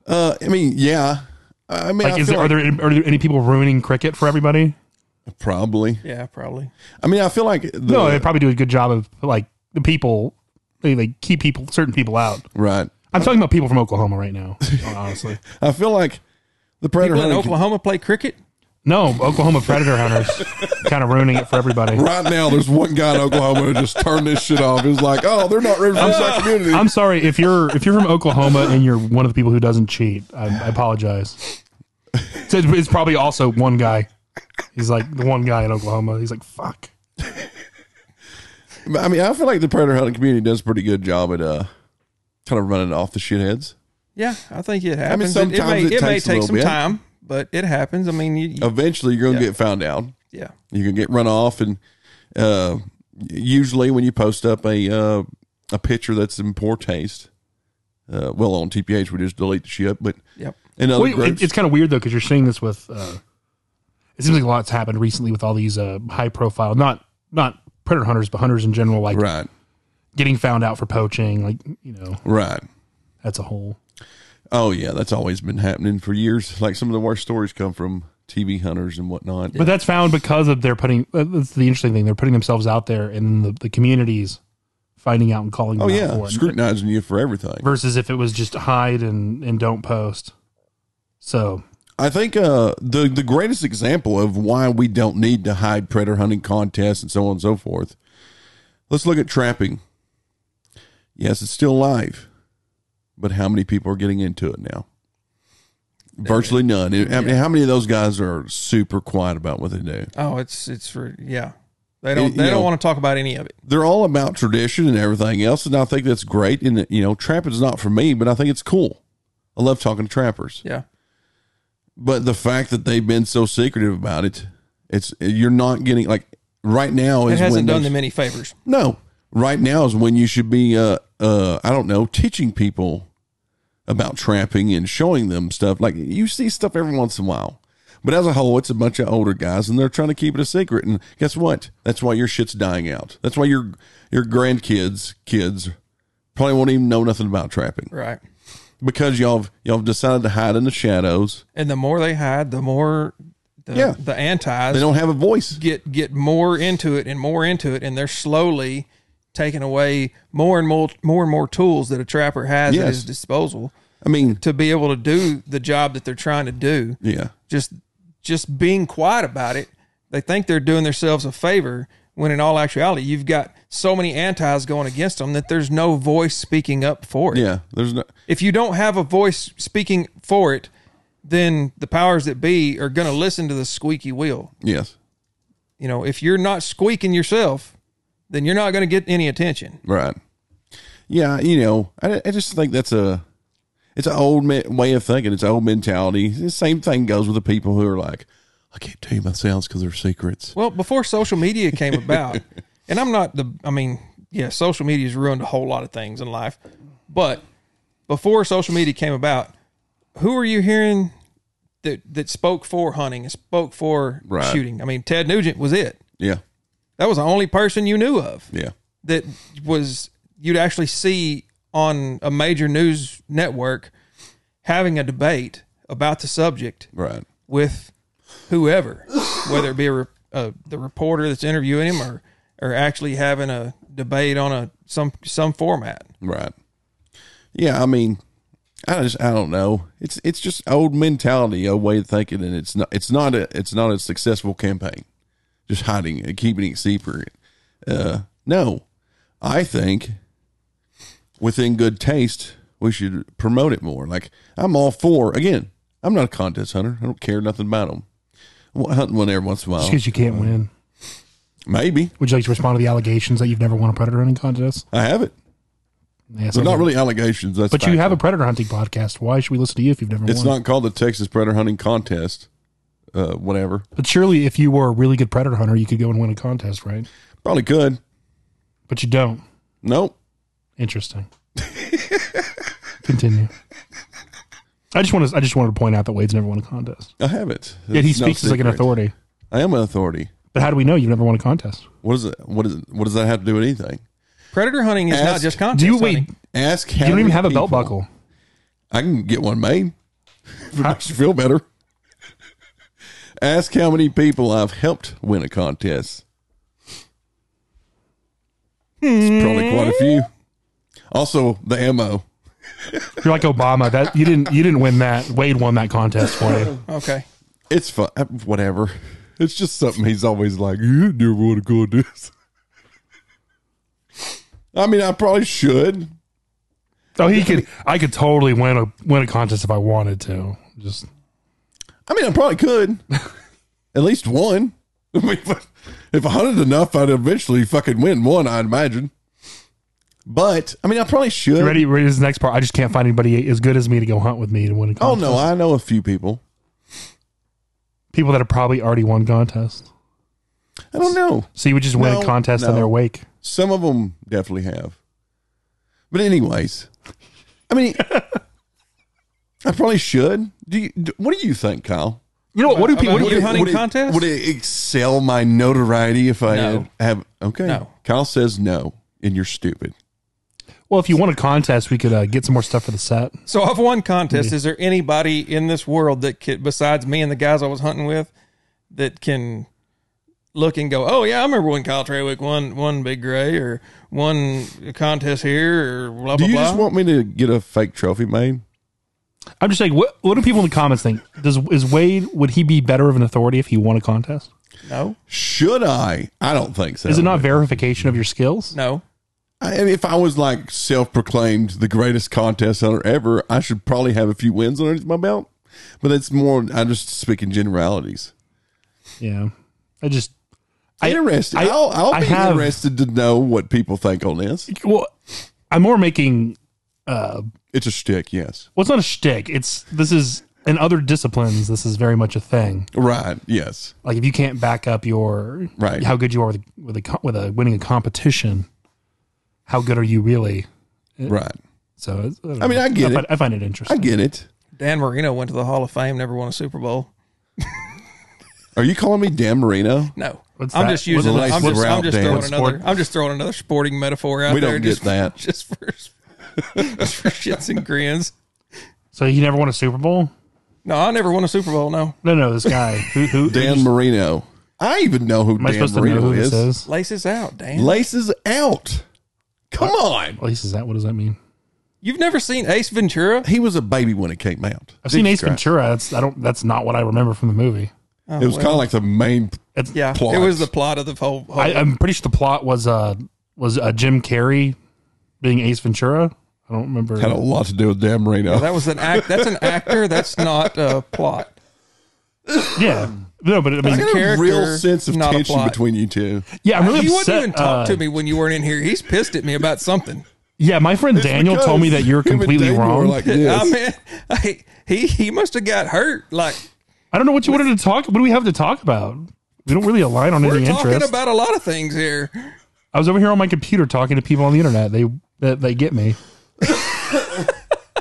Speaker 1: uh, I mean, yeah. I mean,
Speaker 2: Like,
Speaker 1: I
Speaker 2: is
Speaker 1: feel
Speaker 2: there, are
Speaker 1: like-
Speaker 2: there are there any people ruining cricket for everybody?
Speaker 1: probably?
Speaker 3: Yeah, probably.
Speaker 1: I mean, I feel like the,
Speaker 2: No, they probably do a good job of like the people. They like keep people, certain people out.
Speaker 1: right.
Speaker 2: I'm talking about people from Oklahoma right now. Honestly,
Speaker 1: I feel like the predator
Speaker 3: People in
Speaker 1: hunting
Speaker 3: Oklahoma play cricket.
Speaker 2: no, Oklahoma predator hunters kind of ruining it for everybody.
Speaker 1: Right now, there's one guy in Oklahoma who just turned this shit off. He's like, oh, they're not rooting for that community.
Speaker 2: I'm sorry if you're if you're from Oklahoma and you're one of the people who doesn't cheat. I, I apologize. So it's, it's probably also one guy. He's like the one guy in Oklahoma. He's like fuck.
Speaker 1: I mean, I feel like the predator hunting community does a pretty good job at uh, kind of running off the shitheads.
Speaker 3: Yeah, I think it happens. It-
Speaker 1: sometimes
Speaker 3: it,
Speaker 1: it
Speaker 3: may, it may
Speaker 1: takes a
Speaker 3: take
Speaker 1: little
Speaker 3: some
Speaker 1: bit.
Speaker 3: time, but it happens. I mean, you, you-
Speaker 1: Eventually, you're going to get found out.
Speaker 3: yeah,
Speaker 1: You're going to get run off. And uh, usually, when you post up a uh, a picture that's in poor taste, uh, well, on TPH, we just delete the shit. But
Speaker 3: yep.
Speaker 1: in other
Speaker 2: Well,
Speaker 1: groups,
Speaker 2: it, it's kind of weird though because you're seeing this with. Uh, it seems like a lot's happened recently with all these uh, high profile, not not predator hunters, but hunters in general, like
Speaker 1: right,
Speaker 2: getting found out for poaching. Like you know,
Speaker 1: right.
Speaker 2: that's a whole.
Speaker 1: Oh, yeah, that's always been happening for years. Like some of the worst stories come from TV hunters and whatnot.
Speaker 2: But that's found because of their putting. uh, That's the interesting thing. They're putting themselves out there in the, the communities, finding out and calling.
Speaker 1: Oh
Speaker 2: them
Speaker 1: yeah,
Speaker 2: out for it.
Speaker 1: scrutinizing you for everything.
Speaker 2: versus if it was just hide and and don't post. So
Speaker 1: I think uh, the the greatest example of why we don't need to hide predator hunting contests and so on and so forth. Let's look at trapping. Yes, it's still live, but how many people are getting into it now? Virtually none. I mean, how many of those guys are super quiet about what they do?
Speaker 3: Oh, it's it's for yeah. They don't
Speaker 1: It-
Speaker 3: they
Speaker 1: you
Speaker 3: don't
Speaker 1: know-
Speaker 3: want to talk about any of it.
Speaker 1: they're all about tradition and everything else, and I think that's great. And you know, trapping's not for me, but I think it's cool. I love talking to trappers.
Speaker 3: Yeah,
Speaker 1: but the fact that they've been so secretive about it, it's you're not getting like right now
Speaker 3: it
Speaker 1: is when
Speaker 3: hasn't done
Speaker 1: there's-
Speaker 3: them any favors.
Speaker 1: No, right now is when you should be uh uh I don't know teaching people about trapping and showing them stuff like you see stuff every once in a while. But as a whole, it's a bunch of older guys, and they're trying to keep it a secret. And guess what? That's why your shit's dying out. That's why your your grandkids kids probably won't even know nothing about trapping
Speaker 3: Right.
Speaker 1: because y'all have, y'all have decided to hide in the shadows.
Speaker 3: And the more they hide, the more the,
Speaker 1: Yeah.
Speaker 3: the
Speaker 1: They
Speaker 3: antis
Speaker 1: don't have a voice.
Speaker 3: get get more into it and more into it, and they're slowly taking away more and more more and more tools that a trapper has at
Speaker 1: Yes.
Speaker 3: his disposal
Speaker 1: I mean,
Speaker 3: to be able to do the job that they're trying to do.
Speaker 1: yeah.
Speaker 3: Just just being quiet about it, they think they're doing themselves a favor. When in all actuality, you've got so many antis going against them that there's no voice speaking up for it.
Speaker 1: Yeah, there's no.
Speaker 3: if you don't have a voice speaking for it, then the powers that be are going to listen to the squeaky wheel.
Speaker 1: Yes,
Speaker 3: You know, if you're not squeaking yourself, then you're not going to get any attention.
Speaker 1: right. Yeah, you know, I, I just think that's a it's an old me- way of thinking. It's an old mentality. The same thing goes with the people who are like, I keep telling myself because they're secrets.
Speaker 3: Well, before social media came about, and I'm not the, I mean, yeah, social media has ruined a whole lot of things in life. But before social media came about, who are you hearing that that spoke for hunting and spoke for
Speaker 1: Right.
Speaker 3: shooting? I mean, Ted Nugent was it.
Speaker 1: Yeah.
Speaker 3: That was the only person you knew of
Speaker 1: Yeah.
Speaker 3: that was you'd actually see on a major news network having a debate about the subject
Speaker 1: Right.
Speaker 3: with whoever, whether it be a, re- uh, the reporter that's interviewing him or or actually having a debate on a some some format.
Speaker 1: Right. Yeah, I mean, I just I don't know. It's it's just old mentality, old way of thinking, and it's not it's not a it's not a successful campaign. Just hiding it, keeping it secret. Uh, no, I think within good taste we should promote it more. Like I'm all for again. I'm not a contest hunter. I don't care nothing about them. I'm hunting one every once in a
Speaker 2: Just
Speaker 1: while,
Speaker 2: because you can't win.
Speaker 1: maybe.
Speaker 2: Would you like to respond to the allegations that you've never won a predator hunting contest?
Speaker 1: I have it,
Speaker 2: Yeah,
Speaker 1: but
Speaker 2: sounds
Speaker 1: not
Speaker 2: like-
Speaker 1: really allegations. That's
Speaker 2: But you
Speaker 1: factual.
Speaker 2: have a predator hunting podcast. Why should we listen to you if you've never
Speaker 1: It's
Speaker 2: won?
Speaker 1: not called the Texas Predator Hunting Contest, uh, whatever.
Speaker 2: but surely, if you were a really good predator hunter, you could go and win a contest, right?
Speaker 1: Probably could.
Speaker 2: But you don't.
Speaker 1: Nope.
Speaker 2: Interesting. Continue. I just want to. I just wanted to point out that Wade's never won a contest.
Speaker 1: I haven't.
Speaker 2: Yet he
Speaker 1: It's no
Speaker 2: speaks as like an
Speaker 1: secret.
Speaker 2: authority.
Speaker 1: I am an authority.
Speaker 2: But how do we know you've never won a contest?
Speaker 1: What is it? What is it? What does that have to do with anything?
Speaker 3: Predator hunting is not
Speaker 1: Ask-
Speaker 3: just contest.
Speaker 2: Do you
Speaker 3: hunting.
Speaker 2: wait?
Speaker 1: Ask.
Speaker 2: You don't even have a belt buckle.
Speaker 1: I can get one made. If it makes you feel better. Ask how many people I've helped win a contest. It's probably quite a few. Also, the ammo.
Speaker 2: You're like Obama. That you didn't. You didn't win that. Wade won that contest for you.
Speaker 3: Okay.
Speaker 1: It's fun. Uh, Whatever. It's just something he's always like, you never want to go do this. I mean, I probably should.
Speaker 2: Oh, he could. I could totally win a win a contest if I wanted to. Just
Speaker 1: I mean, I probably could. At least one. I mean, if- if I hunted enough, I'd eventually fucking win one, I'd imagine. But, I mean, I probably should.
Speaker 2: you ready? Ready this is the next part. I just can't find anybody as good as me to go hunt with me to win a
Speaker 1: Oh,
Speaker 2: contest.
Speaker 1: no, I know a few people.
Speaker 2: People that have probably already won contests.
Speaker 1: I don't know.
Speaker 2: So you would just win
Speaker 1: No,
Speaker 2: a contest in
Speaker 1: no.
Speaker 2: their wake.
Speaker 1: Some of them definitely have. But, anyways, I mean, I probably should. Do you, do, What do you think, Kyle?
Speaker 2: You know what? What do
Speaker 3: About-
Speaker 2: people?
Speaker 3: about
Speaker 2: What do
Speaker 3: you
Speaker 2: people-
Speaker 3: hunting
Speaker 1: would it,
Speaker 3: contest?
Speaker 1: Would it excel my notoriety if I
Speaker 3: No.
Speaker 1: have? Okay.
Speaker 3: No.
Speaker 1: Kyle says no, and you're stupid.
Speaker 2: well, if you won a contest, we could uh, get some more stuff for the set.
Speaker 3: So I've won contests. Is there anybody in this world that could, besides me and the guys I was hunting with, that can look and go, "Oh yeah, I remember when Kyle Trawick won one big gray or one contest here or blah blah
Speaker 1: Do you
Speaker 3: blah."
Speaker 1: just want me to get a fake trophy made?
Speaker 2: I'm just saying. What, what do people in the comments think? Does is Wade? Would he be better of an authority if he won a contest?
Speaker 3: no,
Speaker 1: Should I? I don't think so.
Speaker 2: Is it not verification of your skills?
Speaker 3: no.
Speaker 1: I, if I was like self-proclaimed the greatest contest hunter ever, I should probably have a few wins underneath my belt. But it's more. I just speak in generalities.
Speaker 2: Yeah, I just I-
Speaker 1: Interested. I,
Speaker 2: I-
Speaker 1: will I'll
Speaker 2: I
Speaker 1: be
Speaker 2: have-
Speaker 1: interested to know what people think on this.
Speaker 2: well, I'm more making
Speaker 1: It's a shtick, yes.
Speaker 2: well, it's not a shtick. It's this is in other disciplines. This is very much a thing.
Speaker 1: Right. Yes.
Speaker 2: Like if you can't back up your
Speaker 1: Right.
Speaker 2: how good you are with with a co- with a winning a competition, how good are you really?
Speaker 1: Right.
Speaker 2: So it's- don't
Speaker 1: I mean,
Speaker 2: know.
Speaker 1: I get it.
Speaker 2: find, I find it
Speaker 1: I
Speaker 2: interesting.
Speaker 1: get it.
Speaker 3: Dan Marino went to the Hall of Fame, never won a Super Bowl.
Speaker 1: Are you calling me Dan Marino?
Speaker 3: No,
Speaker 2: What's
Speaker 3: I'm
Speaker 2: that?
Speaker 3: just using.
Speaker 1: What's
Speaker 3: I'm
Speaker 1: the
Speaker 3: just, I'm
Speaker 1: route,
Speaker 3: just
Speaker 1: Dan?
Speaker 3: throwing
Speaker 1: What
Speaker 2: sport?
Speaker 3: another. I'm just throwing another sporting metaphor out
Speaker 1: We
Speaker 3: there.
Speaker 1: don't
Speaker 3: just,
Speaker 1: get that.
Speaker 3: Just for, just for shits and grins.
Speaker 2: so he never won a Super Bowl.
Speaker 3: No, I never won a Super Bowl. No,
Speaker 2: No, no, this guy who who
Speaker 1: Dan
Speaker 2: Am
Speaker 1: Marino. I even know who
Speaker 2: I
Speaker 1: Dan
Speaker 2: supposed to know
Speaker 1: Marino
Speaker 2: who
Speaker 1: is.
Speaker 2: this is?
Speaker 3: laces out, Dan.
Speaker 1: Laces out. Come on.
Speaker 2: At least is that what does that mean?
Speaker 3: You've never seen Ace Ventura?
Speaker 1: He was a baby when it came out.
Speaker 2: I've seen Ace
Speaker 1: Jesus Christ.
Speaker 2: Ventura. That's I don't. That's not what I remember from the movie.
Speaker 3: Oh,
Speaker 1: It was
Speaker 3: well,
Speaker 1: kind of like the main.
Speaker 2: It's,
Speaker 3: yeah.
Speaker 1: plot.
Speaker 3: It was the plot of the whole. whole
Speaker 2: I, I'm pretty sure the plot was uh was uh, Jim Carrey being Ace Ventura. I don't remember.
Speaker 1: Had a lot to do with Dan Marino.
Speaker 3: that was an act. That's an actor. That's not a plot.
Speaker 2: Yeah, no, but I
Speaker 1: I
Speaker 2: mean,
Speaker 1: got a
Speaker 3: character,
Speaker 1: real sense of
Speaker 3: not a
Speaker 1: tension
Speaker 3: plot.
Speaker 1: between you two.
Speaker 2: yeah, I'm really
Speaker 3: You
Speaker 2: upset.
Speaker 3: wouldn't even
Speaker 2: uh,
Speaker 3: talk to me when you weren't in here. He's pissed at me about something.
Speaker 2: yeah, my friend Daniel
Speaker 1: Because
Speaker 2: told me that you're
Speaker 1: him and
Speaker 2: completely
Speaker 1: Daniel were
Speaker 2: wrong.
Speaker 1: Like this.
Speaker 3: I mean, I, he he must have got hurt. Like
Speaker 2: I don't know what you wanted to talk. What do we have to talk about? We don't really align on
Speaker 3: we're
Speaker 2: any
Speaker 3: talking
Speaker 2: interest.
Speaker 3: about a lot of things here.
Speaker 2: I was over here on my computer talking to people on the internet. They they, they get me.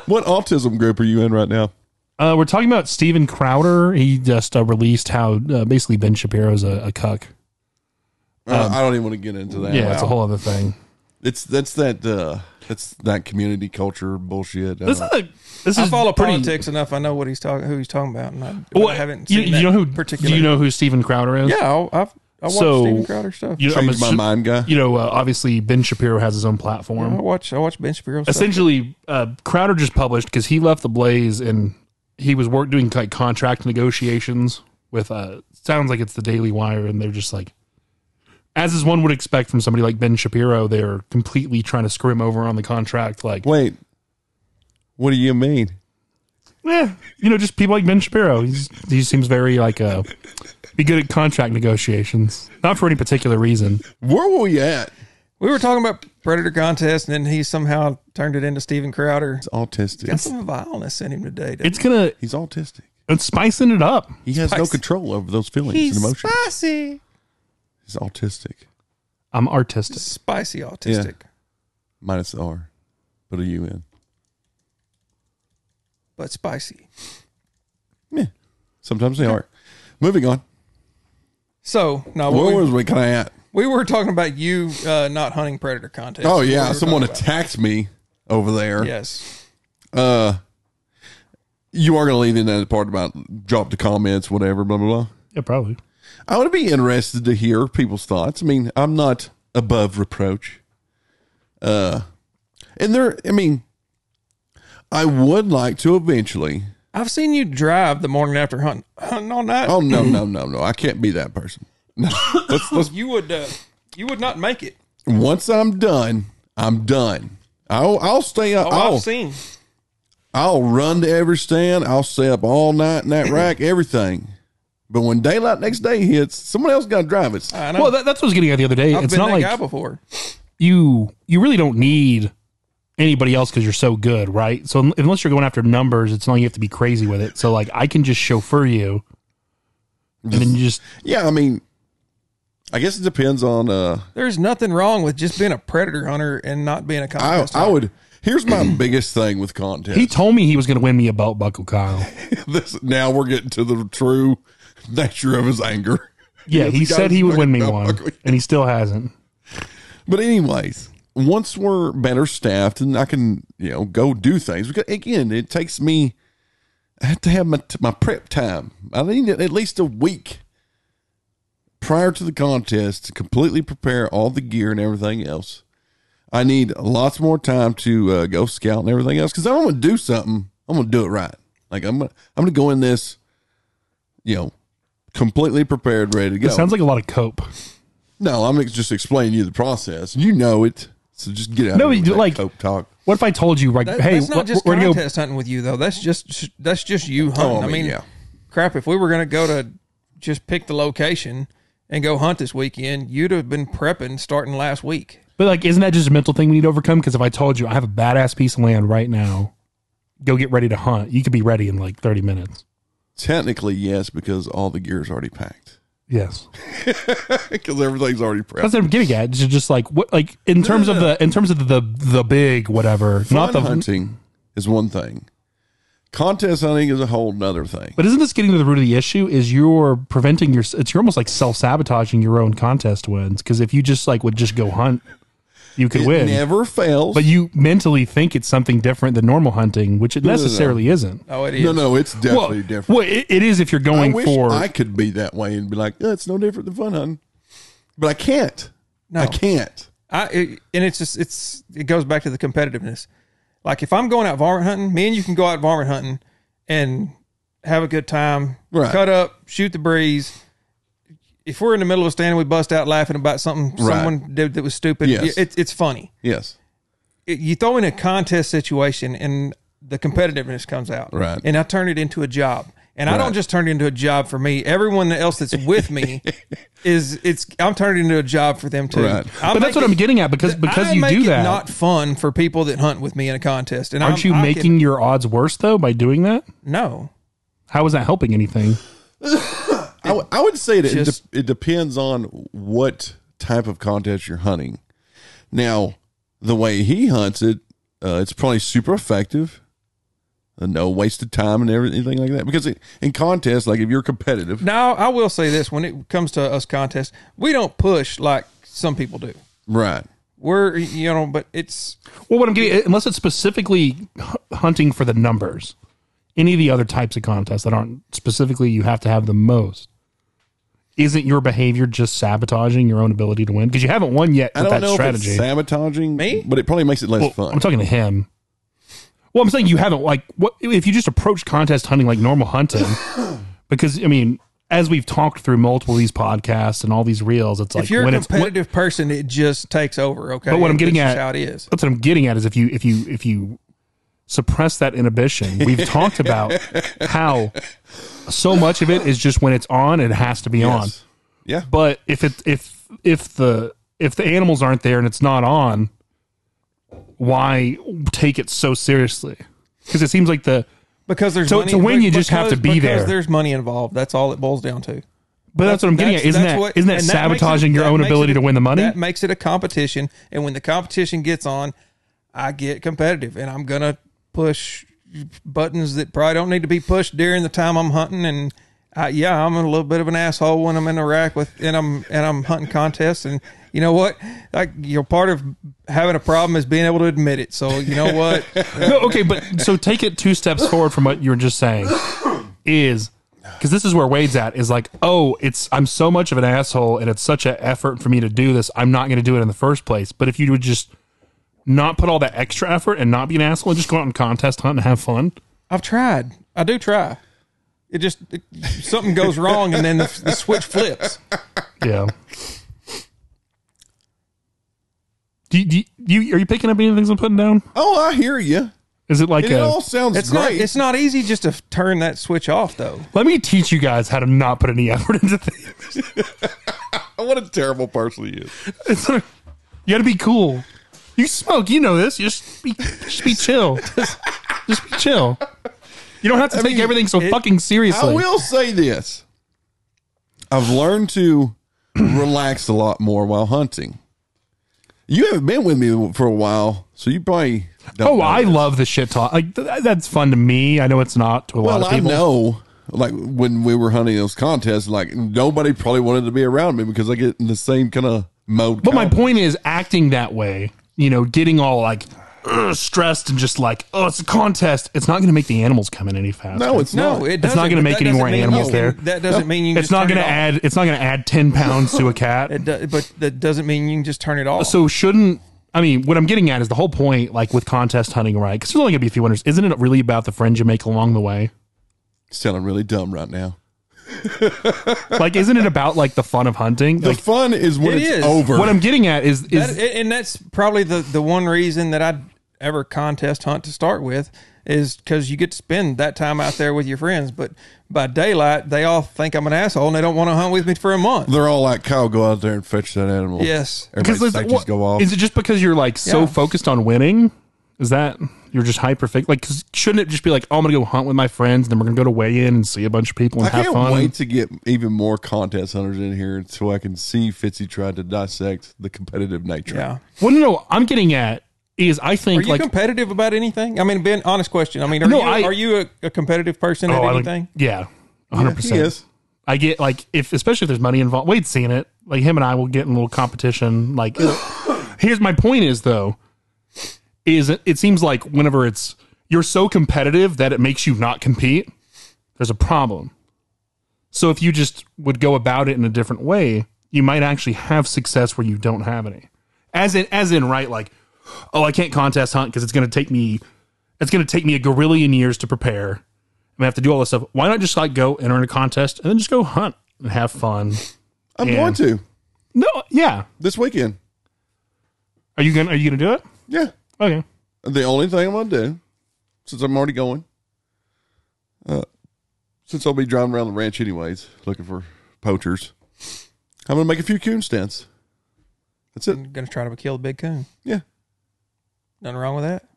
Speaker 1: What autism group are you in right now?
Speaker 2: Uh, we're talking about Steven Crowder. He just uh, released how uh, basically Ben Shapiro's a, a cuck.
Speaker 1: Uh, I don't even want to get into that.
Speaker 2: Um, Yeah, it's a whole other thing.
Speaker 1: It's that's that uh that's that community culture bullshit. Uh, I
Speaker 2: This is
Speaker 1: don't-
Speaker 2: a, this
Speaker 3: I
Speaker 2: is
Speaker 3: follow
Speaker 2: Hmm. pretty,
Speaker 3: politics enough. I know what he's talking, who he's talking about, and I, but
Speaker 2: Well,
Speaker 3: I haven't.
Speaker 2: you,
Speaker 3: Seen
Speaker 2: you know who? Do
Speaker 3: particular.
Speaker 2: you know who Steven Crowder is?
Speaker 3: Yeah, I, I've I watch
Speaker 2: So-
Speaker 3: Steven Crowder stuff.
Speaker 2: You know, I'm
Speaker 1: Change my
Speaker 2: assu-
Speaker 1: mind, guy.
Speaker 2: You know, uh, obviously Ben Shapiro has his own platform.
Speaker 3: I watch I watch Ben Shapiro stuff.
Speaker 2: essentially uh, crowder just published because he left the blaze and he was work doing like contract negotiations with uh sounds like it's the daily wire and they're just like as is one would expect from somebody like ben shapiro they're completely trying to screw him over on the contract like
Speaker 1: Wait, what do you mean?
Speaker 2: eh, you know just people like ben shapiro he's, he seems very like uh be good at contract negotiations not for any particular reason
Speaker 1: Where were we at?
Speaker 3: We were talking about Predator contest, and then he somehow turned it into Steven Crowder.
Speaker 1: He's autistic.
Speaker 3: Got some vileness in him today. doesn't
Speaker 2: it's gonna
Speaker 1: He's autistic.
Speaker 2: it's spicing it up
Speaker 1: He has no
Speaker 3: Spicy.
Speaker 1: control over those feelings
Speaker 3: he?
Speaker 1: and
Speaker 3: he's
Speaker 1: emotions.
Speaker 3: spicy,
Speaker 1: He's autistic.
Speaker 2: i'm artistic
Speaker 3: spicy autistic.
Speaker 1: Minus the R. Put a U in.
Speaker 3: But spicy.
Speaker 1: Yeah. Sometimes they are. Moving on.
Speaker 3: So no,
Speaker 1: Oh, Where
Speaker 3: we,
Speaker 1: was we kind of at?
Speaker 3: we were talking about you uh, not hunting predator contest.
Speaker 1: Oh
Speaker 3: We
Speaker 1: yeah,
Speaker 3: were
Speaker 1: someone
Speaker 3: talking about-
Speaker 1: attacked me over there.
Speaker 3: Yes,
Speaker 1: Uh, you are gonna leave in that part about drop the comments, whatever, blah blah blah.
Speaker 2: yeah probably
Speaker 1: I would be interested to hear people's thoughts. I mean, I'm not above reproach. Uh, and there, I mean, I would like to eventually.
Speaker 3: I've seen you drive the morning after hunting, hunting all night.
Speaker 1: Oh no, no, no, no! I can't be that person. No, let's let's
Speaker 3: You would uh, you would not make it.
Speaker 1: once I'm done, I'm done. I'll I'll stay up.
Speaker 3: Oh,
Speaker 1: I'll,
Speaker 3: I've seen.
Speaker 1: I'll run to every stand. I'll stay up all night in that rack, everything. But when daylight next day hits, someone else got to drive it.
Speaker 3: I know.
Speaker 2: well that, that's what i was getting at the other day
Speaker 3: I've
Speaker 2: it's
Speaker 3: been
Speaker 2: not
Speaker 3: that
Speaker 2: like
Speaker 3: guy before.
Speaker 2: you you really don't need anybody else because you're so good, right? So un- unless you're going after numbers, it's not you have to be crazy with it. So like I can just chauffeur you, and then you just
Speaker 1: Yeah, I mean, I guess it depends on. uh
Speaker 3: There's nothing wrong with just being a predator hunter and not being a
Speaker 1: I
Speaker 3: contest.
Speaker 1: I
Speaker 3: hunter.
Speaker 1: would. Here's my biggest thing with content.
Speaker 2: he told me he was going to win me a belt buckle, Kyle.
Speaker 1: this now we're getting to the true nature of his anger.
Speaker 2: Yeah, he
Speaker 1: hasn't
Speaker 2: said
Speaker 1: got
Speaker 2: he
Speaker 1: his
Speaker 2: would win
Speaker 1: fucking
Speaker 2: me
Speaker 1: belt
Speaker 2: one,
Speaker 1: buckle.
Speaker 2: and he still hasn't.
Speaker 1: But anyways, once we're better staffed and I can, you know, go do things. Because again, it takes me. I have to have my my prep time. I need at least a week prior to the contest to completely prepare all the gear and everything else. I need lots more time to uh, go scout and everything else because I'm gonna do something. I'm gonna do it right. Like I'm gonna I'm gonna go in this, you know, completely prepared, ready to go.
Speaker 2: It sounds like a lot of cope.
Speaker 1: No, I'm ex- just explaining you the process. You know it, so just get out.
Speaker 2: No,
Speaker 1: of here
Speaker 2: you
Speaker 1: with
Speaker 2: do-
Speaker 1: that
Speaker 2: like-
Speaker 1: cope talk.
Speaker 2: What if I told you like,
Speaker 3: That-
Speaker 2: hey,
Speaker 3: that's not
Speaker 2: we're-
Speaker 3: just
Speaker 2: we're going to go?
Speaker 3: contest hunting with you though. That's just that's just you
Speaker 1: Oh,
Speaker 3: hunting.
Speaker 1: I
Speaker 3: I
Speaker 1: mean,
Speaker 3: mean,
Speaker 1: yeah.
Speaker 3: crap. If we were gonna go to just pick the location and go hunt this weekend, you'd have been prepping starting last week.
Speaker 2: But like, isn't that just a mental thing we need to overcome? Because if I told you I have a badass piece of land right now, go get ready to hunt, you could be ready in like thirty minutes.
Speaker 1: Technically, yes, because all the gear's already packed,
Speaker 2: Yes.
Speaker 1: because everything's already prepped.
Speaker 2: That's what I'm getting at. It's just like what, like in terms of the in terms of the the big whatever, not
Speaker 1: Not
Speaker 2: the.
Speaker 1: hunting is one thing. Contest hunting is a whole nother thing.
Speaker 2: But isn't this getting to the root of the issue? Is you're preventing your? It's you're almost like self sabotaging your own contest wins because if you just like would just go hunt, you could
Speaker 1: It
Speaker 2: win.
Speaker 1: never fails.
Speaker 2: but you mentally think it's something different than normal hunting, which it
Speaker 1: no, no.
Speaker 2: necessarily isn't.
Speaker 3: Oh, it is.
Speaker 1: no, no, it's definitely
Speaker 2: well,
Speaker 1: different.
Speaker 2: well, it, it is if you're
Speaker 1: I
Speaker 2: going
Speaker 1: wish
Speaker 2: for.
Speaker 1: I could be that way and be like, "Yeah, it's no different than fun hunting, but I can't.
Speaker 3: No.
Speaker 1: I can't.
Speaker 3: I it, and it's just it's it goes back to the competitiveness. Like if I'm going out varmint hunting, me and you can go out varmint hunting and have a good time,
Speaker 1: Right.
Speaker 3: cut up, shoot the breeze. If we're in the middle of a stand and we bust out laughing about something
Speaker 1: Right.
Speaker 3: someone did that was stupid,
Speaker 1: Yes.
Speaker 3: it, it's funny.
Speaker 1: Yes,
Speaker 3: It, you throw in a contest situation and the competitiveness comes out.
Speaker 1: Right.
Speaker 3: And I turn it into a job. And I
Speaker 1: Right.
Speaker 3: don't just turn it into a job for me. Everyone else that's with me is it's I'm turning it into a job for them too.
Speaker 1: Right.
Speaker 3: I
Speaker 2: but
Speaker 3: make
Speaker 2: that's what
Speaker 3: it-
Speaker 2: I'm getting at because because
Speaker 3: I
Speaker 2: you
Speaker 3: make
Speaker 2: do
Speaker 3: it
Speaker 2: that.
Speaker 3: Not fun for people that hunt with me in a contest. And
Speaker 2: aren't
Speaker 3: I'm,
Speaker 2: you
Speaker 3: I
Speaker 2: making your odds worse though by doing that?
Speaker 3: Can, no,
Speaker 2: How is that helping anything?
Speaker 1: I, w- I would say that
Speaker 3: Just-
Speaker 1: it, de- it depends on what type of contest you're hunting. Now, the way he hunts it, uh, it's probably super effective. Uh, no wasted time and everything like that. Because it, in contests, like if you're competitive,
Speaker 3: Now, I will say this when it comes to us contests, we don't push like some people do.
Speaker 1: right?
Speaker 3: We're, you know, but it's,
Speaker 2: Well, what I'm getting, uh, unless it's specifically hu- hunting for the numbers, any of the other types of contests that aren't specifically you have to have the most, isn't your behavior just sabotaging your own ability to win? Because you haven't won yet
Speaker 1: I
Speaker 2: with
Speaker 1: don't
Speaker 2: that
Speaker 1: know if
Speaker 2: strategy.
Speaker 1: it's sabotaging
Speaker 3: Me?
Speaker 1: but it probably makes it less
Speaker 2: Well,
Speaker 1: fun.
Speaker 2: I'm talking to him. Well, I'm saying you haven't like what if you just approach contest hunting like normal hunting, because I mean, as we've talked through multiple of these podcasts and all these reels, it's like
Speaker 3: if you're
Speaker 2: when
Speaker 3: a
Speaker 2: it's what-
Speaker 3: competitive person, it just takes over. Okay.
Speaker 2: But what I'm
Speaker 3: It's
Speaker 2: getting
Speaker 3: just
Speaker 2: at-
Speaker 3: how it is.
Speaker 2: that's what I'm getting at is if you if you if you suppress that inhibition, we've talked about how so much of it is just when it's on, it has to be on.
Speaker 1: Yes. Yeah.
Speaker 2: But if it if if the if the animals aren't there and it's not on, why take it so seriously? Because it seems like the
Speaker 3: Because there's
Speaker 2: To-
Speaker 3: money.
Speaker 2: to win, you just have to be
Speaker 3: because
Speaker 2: there.
Speaker 3: there's money involved. That's all it boils down to.
Speaker 2: but that's, what I'm getting at. Isn't
Speaker 3: that's
Speaker 2: that
Speaker 3: what-
Speaker 2: not that
Speaker 3: and that makes it-
Speaker 2: sabotaging your
Speaker 3: that
Speaker 2: own
Speaker 3: makes
Speaker 2: ability
Speaker 3: it
Speaker 2: to
Speaker 3: a-
Speaker 2: win the money?
Speaker 3: That makes it a competition, and when the competition gets on, I get competitive, and I'm gonna push buttons that probably don't need to be pushed during the time I'm hunting. And I, yeah, I'm a little bit of an asshole when I'm in Iraq with, and I'm and I'm hunting contests. And you know what? Like, you're part of having a problem is being able to admit it. So you know what?
Speaker 2: no, okay, but so take it two steps forward from what you were just saying is because this is where Wade's at is like, oh, it's I'm so much of an asshole and it's such an effort for me to do this. I'm not going to do it in the first place. But if you would just not put all that extra effort and not be an asshole and just go out and contest hunt and have fun,
Speaker 3: I've tried. I do try. It just it, something goes wrong, and then the, the switch flips.
Speaker 2: yeah. Do you, do you- do you- are you picking up any of the things I'm putting down?
Speaker 1: Oh, I hear you.
Speaker 2: Is it like
Speaker 1: And it
Speaker 2: a,
Speaker 1: all sounds
Speaker 3: It's
Speaker 1: great.
Speaker 3: not. It's not easy just to turn that switch off, though.
Speaker 2: let me teach you guys how to not put any effort into things?
Speaker 1: Oh, what a terrible person he is.
Speaker 2: It's sort of- you got to be cool. You smoke, you know this. You just be, just be chill. Just, just be chill. You don't have to take
Speaker 1: mean,
Speaker 2: everything so
Speaker 3: it-
Speaker 2: fucking seriously.
Speaker 1: I will say this. I've learned to relax a lot more while hunting. You haven't been with me for a while, so you probably don't
Speaker 2: oh,
Speaker 1: know
Speaker 2: I
Speaker 1: this.
Speaker 2: love the shit talk. Like th- that's fun to me. I know it's not to a
Speaker 1: Well,
Speaker 2: lot of
Speaker 1: I
Speaker 2: people.
Speaker 1: know like when we were hunting those contests, like nobody probably wanted to be around me because I get in the same kind of mode.
Speaker 2: But my point is, acting that way, you know, getting all like ugh, stressed and just like, oh, it's a contest. It's not going to make the animals come in any faster.
Speaker 1: no, it's
Speaker 3: No,
Speaker 1: not.
Speaker 3: it
Speaker 2: It's
Speaker 3: doesn't.
Speaker 2: not gonna
Speaker 3: but
Speaker 2: make
Speaker 3: that
Speaker 2: any more
Speaker 3: doesn't mean
Speaker 2: animals
Speaker 3: you
Speaker 2: there.
Speaker 3: can- That doesn't mean you. Can
Speaker 2: It's
Speaker 3: just
Speaker 2: not
Speaker 3: turn
Speaker 2: going
Speaker 3: it
Speaker 2: to
Speaker 3: off.
Speaker 2: add. It's not going to add ten pounds to a cat.
Speaker 3: It do- but that doesn't mean you can just turn it off.
Speaker 2: So shouldn't I mean what I'm getting at is the whole point, like with contest hunting, right? Because there's only gonna be a few winners. Isn't it really about the friends you make along the way?
Speaker 1: It's sounding really dumb right now.
Speaker 2: Like, isn't it about like the fun of hunting?
Speaker 1: The
Speaker 2: Like
Speaker 1: fun is when
Speaker 3: It
Speaker 1: it's
Speaker 3: is.
Speaker 1: over.
Speaker 2: what I'm getting at is is
Speaker 3: That- and- and that's probably the the one reason that I ever contest hunt to start with is because you get to spend that time out there with your friends. But by daylight, they all think I'm an asshole and they don't want to hunt with me for a month.
Speaker 1: They're all like, Kyle, go out there and fetch that animal.
Speaker 3: Yes.
Speaker 2: because
Speaker 1: Everybody's safeties
Speaker 2: what-
Speaker 1: go off.
Speaker 2: is it just because you're like so
Speaker 3: Yeah.
Speaker 2: focused on winning? Is that you're just hyper fixed? Like, cause shouldn't it just be like, oh, I'm gonna go hunt with my friends, and then we're gonna go to weigh in and see a bunch of people and
Speaker 1: I
Speaker 2: have
Speaker 1: can't
Speaker 2: fun?
Speaker 1: wait to get even more contest hunters in here so I can see Fitzy try to dissect the competitive nature.
Speaker 3: Yeah.
Speaker 2: Well, no, no, I'm getting at is I
Speaker 3: Are
Speaker 2: think
Speaker 3: you
Speaker 2: like
Speaker 3: competitive about anything? I mean, Ben, honest question. I mean, are
Speaker 2: No,
Speaker 3: you,
Speaker 2: I-
Speaker 3: are you a, a competitive person
Speaker 2: oh,
Speaker 3: at
Speaker 2: I don't-
Speaker 3: anything?
Speaker 2: yeah, 100.
Speaker 1: He
Speaker 2: percent
Speaker 1: is.
Speaker 2: I get like if especially if there's money involved. Wade's seen it. Like him and I will get in a little competition. Like it'll- here's my point is though, is it, it seems like whenever it's you're so competitive that it makes you not compete, there's a problem. So if you just would go about it in a different way, you might actually have success where you don't have any. As in as in right like oh I can't contest hunt because it's going to take me it's going to take me a gorillion years to prepare. I'm gonna have to do all this stuff. Why not just like go enter in a contest and then just go hunt and have fun?
Speaker 1: I'm
Speaker 2: Yeah.
Speaker 1: going to
Speaker 2: No, yeah.
Speaker 1: this weekend.
Speaker 2: Are you gonna Are you gonna do it?
Speaker 1: Yeah.
Speaker 2: Okay.
Speaker 1: The only thing I'm going to do, since I'm already going, uh, since I'll be driving around the ranch anyways, looking for poachers, I'm going to make a few coon stints. That's it.
Speaker 3: I'm going to try to kill the big coon.
Speaker 1: Yeah.
Speaker 3: Nothing wrong with that.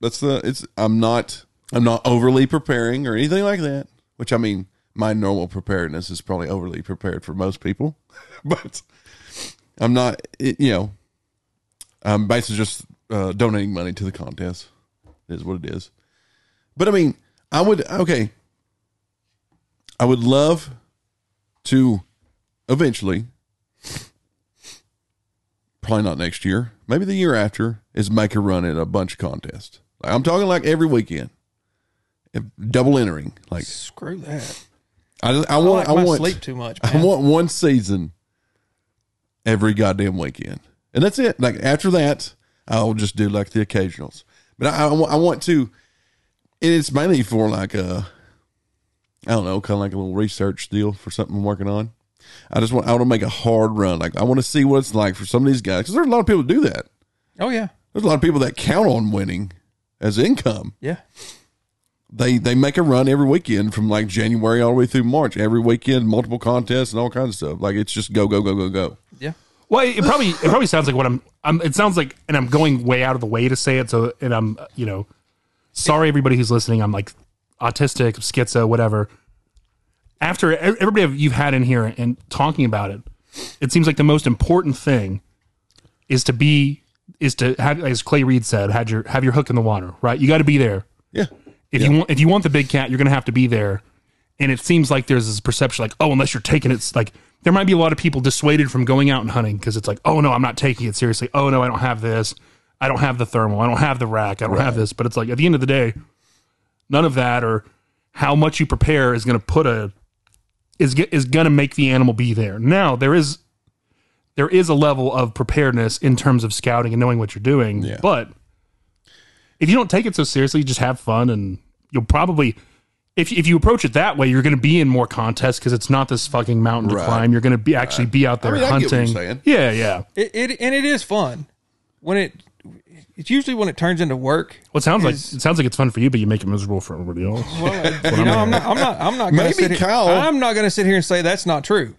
Speaker 1: That's the it's I'm not I'm not overly preparing or anything like that. Which I mean, my normal preparedness is probably overly prepared for most people. but I'm not, it, you know, I'm basically just uh, donating money to the contest. It Is what it is. But I mean, I would okay. I would love to eventually, probably not next year, maybe the year after, is make a run at a bunch contest. Like, I'm talking like every weekend, If- double entering. Like
Speaker 3: Screw that.
Speaker 1: I, I
Speaker 3: I
Speaker 1: want,
Speaker 3: like
Speaker 1: I,
Speaker 3: my
Speaker 1: want
Speaker 3: sleep too much.
Speaker 1: I
Speaker 3: man.
Speaker 1: want one season every goddamn weekend, and that's it. Like after that, I'll just do like the occasionals. But I, I, wa- I want to, and it's mainly for like a, I don't know, kind of like a little research deal for something I'm working on. I just want I want to make a hard run. Like I want to see what it's like for some of these guys because there's a lot of people that do that.
Speaker 3: Oh yeah,
Speaker 1: There's a lot of people that count on winning as income
Speaker 3: yeah.
Speaker 1: they they make a run every weekend from like January all the way through March. Every weekend, multiple contests and all kinds of stuff. Like it's just go go go go go.
Speaker 3: Yeah.
Speaker 2: Well, it probably it probably sounds like what I'm. I'm it sounds like, and I'm going way out of the way to say it. So, and I'm you know, sorry everybody who's listening. I'm like autistic, schizo, whatever. After e- everybody you've had in here and talking about it, it seems like the most important thing is to be is to have as Clay Reed said, had your have your hook in the water, right? You got to be there.
Speaker 1: Yeah,
Speaker 2: If you want, if you want the big cat, you're going to have to be there. And it seems like there's this perception, like, oh, unless you're taking it, like there might be a lot of people dissuaded from going out and hunting because it's like, oh no, I'm not taking it seriously. Oh no, I don't have this. I don't have the thermal. I don't have the rack. I don't have this. But it's like at the end of the day, none of that or how much you prepare is going to put a is ge- is going to make the animal be there. Now there is there is a level of preparedness in terms of scouting and knowing what you're doing,
Speaker 1: Yeah.
Speaker 2: but if you don't take it so seriously, just have fun and you'll probably if if you approach it that way, you're going to be in more contests because it's not this fucking mountain
Speaker 1: Right.
Speaker 2: to climb. You're going to be actually be out there
Speaker 1: mean, I get what you're
Speaker 2: hunting.
Speaker 1: saying.
Speaker 2: yeah, yeah.
Speaker 3: It, it and it is fun when it. It's usually when it turns into work.
Speaker 2: Well, it sounds like
Speaker 3: Is-
Speaker 2: it sounds like it's fun for you, but you make it miserable for everybody else.
Speaker 3: You know, I'm not. I'm not. I'm not. Gonna
Speaker 1: Maybe
Speaker 3: sit here-
Speaker 1: Kyle-
Speaker 3: I'm not going to sit here and say that's not true.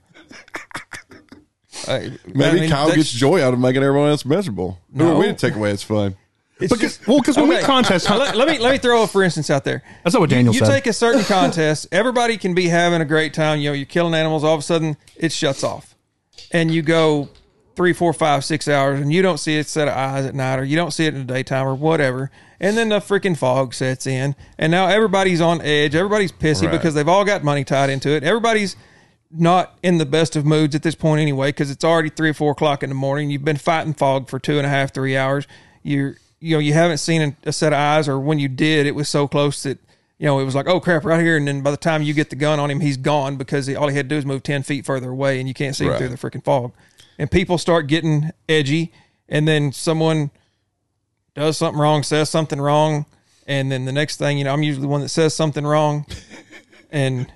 Speaker 3: I-
Speaker 1: maybe
Speaker 3: I mean,
Speaker 1: Kyle
Speaker 3: that's-
Speaker 1: gets joy out of making everyone else miserable. Who are we to take away its fun?
Speaker 3: it's
Speaker 2: Because
Speaker 3: just-
Speaker 2: well, because when we
Speaker 3: okay.
Speaker 2: contest, hunt,
Speaker 3: let, let me let me throw a for instance out there.
Speaker 2: that's not what Daniel
Speaker 3: you
Speaker 2: said.
Speaker 3: take a certain contest, everybody can be having a great time. You know, you're killing animals. All of a sudden, it shuts off, and you go three, four, five, six hours, and you don't see it set of eyes at night, or you don't see it in the daytime, or whatever. And then the freaking fog sets in, and now everybody's on edge. Everybody's pissy
Speaker 1: Right.
Speaker 3: because they've all got money tied into it. Everybody's not in the best of moods at this point anyway because it's already three or four o'clock in the morning. You've been fighting fog for two and a half, three hours. You're you know you haven't seen a set of eyes, or when you did, it was so close that you know it was like oh crap right here. And then by the time you get the gun on him, he's gone because he, all he had to do is move ten feet further away, and you can't see
Speaker 1: Right.
Speaker 3: him through the freaking fog. And people start getting edgy, and then someone does something wrong, says something wrong, and then the next thing you know, I'm usually the one that says something wrong, and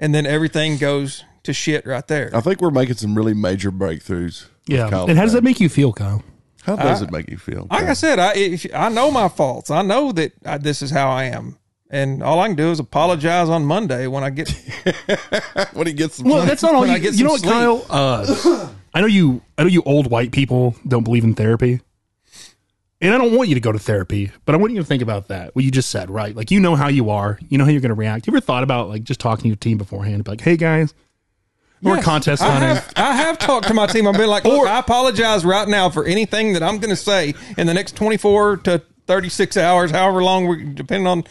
Speaker 3: and then everything goes to shit right there.
Speaker 1: I think we're making some really major breakthroughs. with
Speaker 2: yeah.
Speaker 1: Kyle
Speaker 2: And how does that
Speaker 1: today.
Speaker 2: make you feel, Kyle?
Speaker 1: How does it make you feel?
Speaker 3: Like I said, I if, I know my faults. I know that I, this is how I am, and all I can do is apologize on Monday when I get.
Speaker 1: when he gets some
Speaker 2: Well, that's not all.
Speaker 3: When
Speaker 2: You,
Speaker 3: I get
Speaker 2: you know what,
Speaker 3: some
Speaker 2: Kyle? Uh, I know you. I know you old white people don't believe in therapy, and I don't want you to go to therapy. But I want you to think about that. What you just said, right? Like you know how you are. You know how you're going to react. You ever thought about like just talking to your team beforehand, be like, "Hey guys, we're
Speaker 3: Yes,
Speaker 2: contest
Speaker 3: I
Speaker 2: hunting."
Speaker 3: have, I have talked to my team. I've been like, look, I apologize right now for anything that I'm going to say in the next 24 to 36 hours, however long we depending on.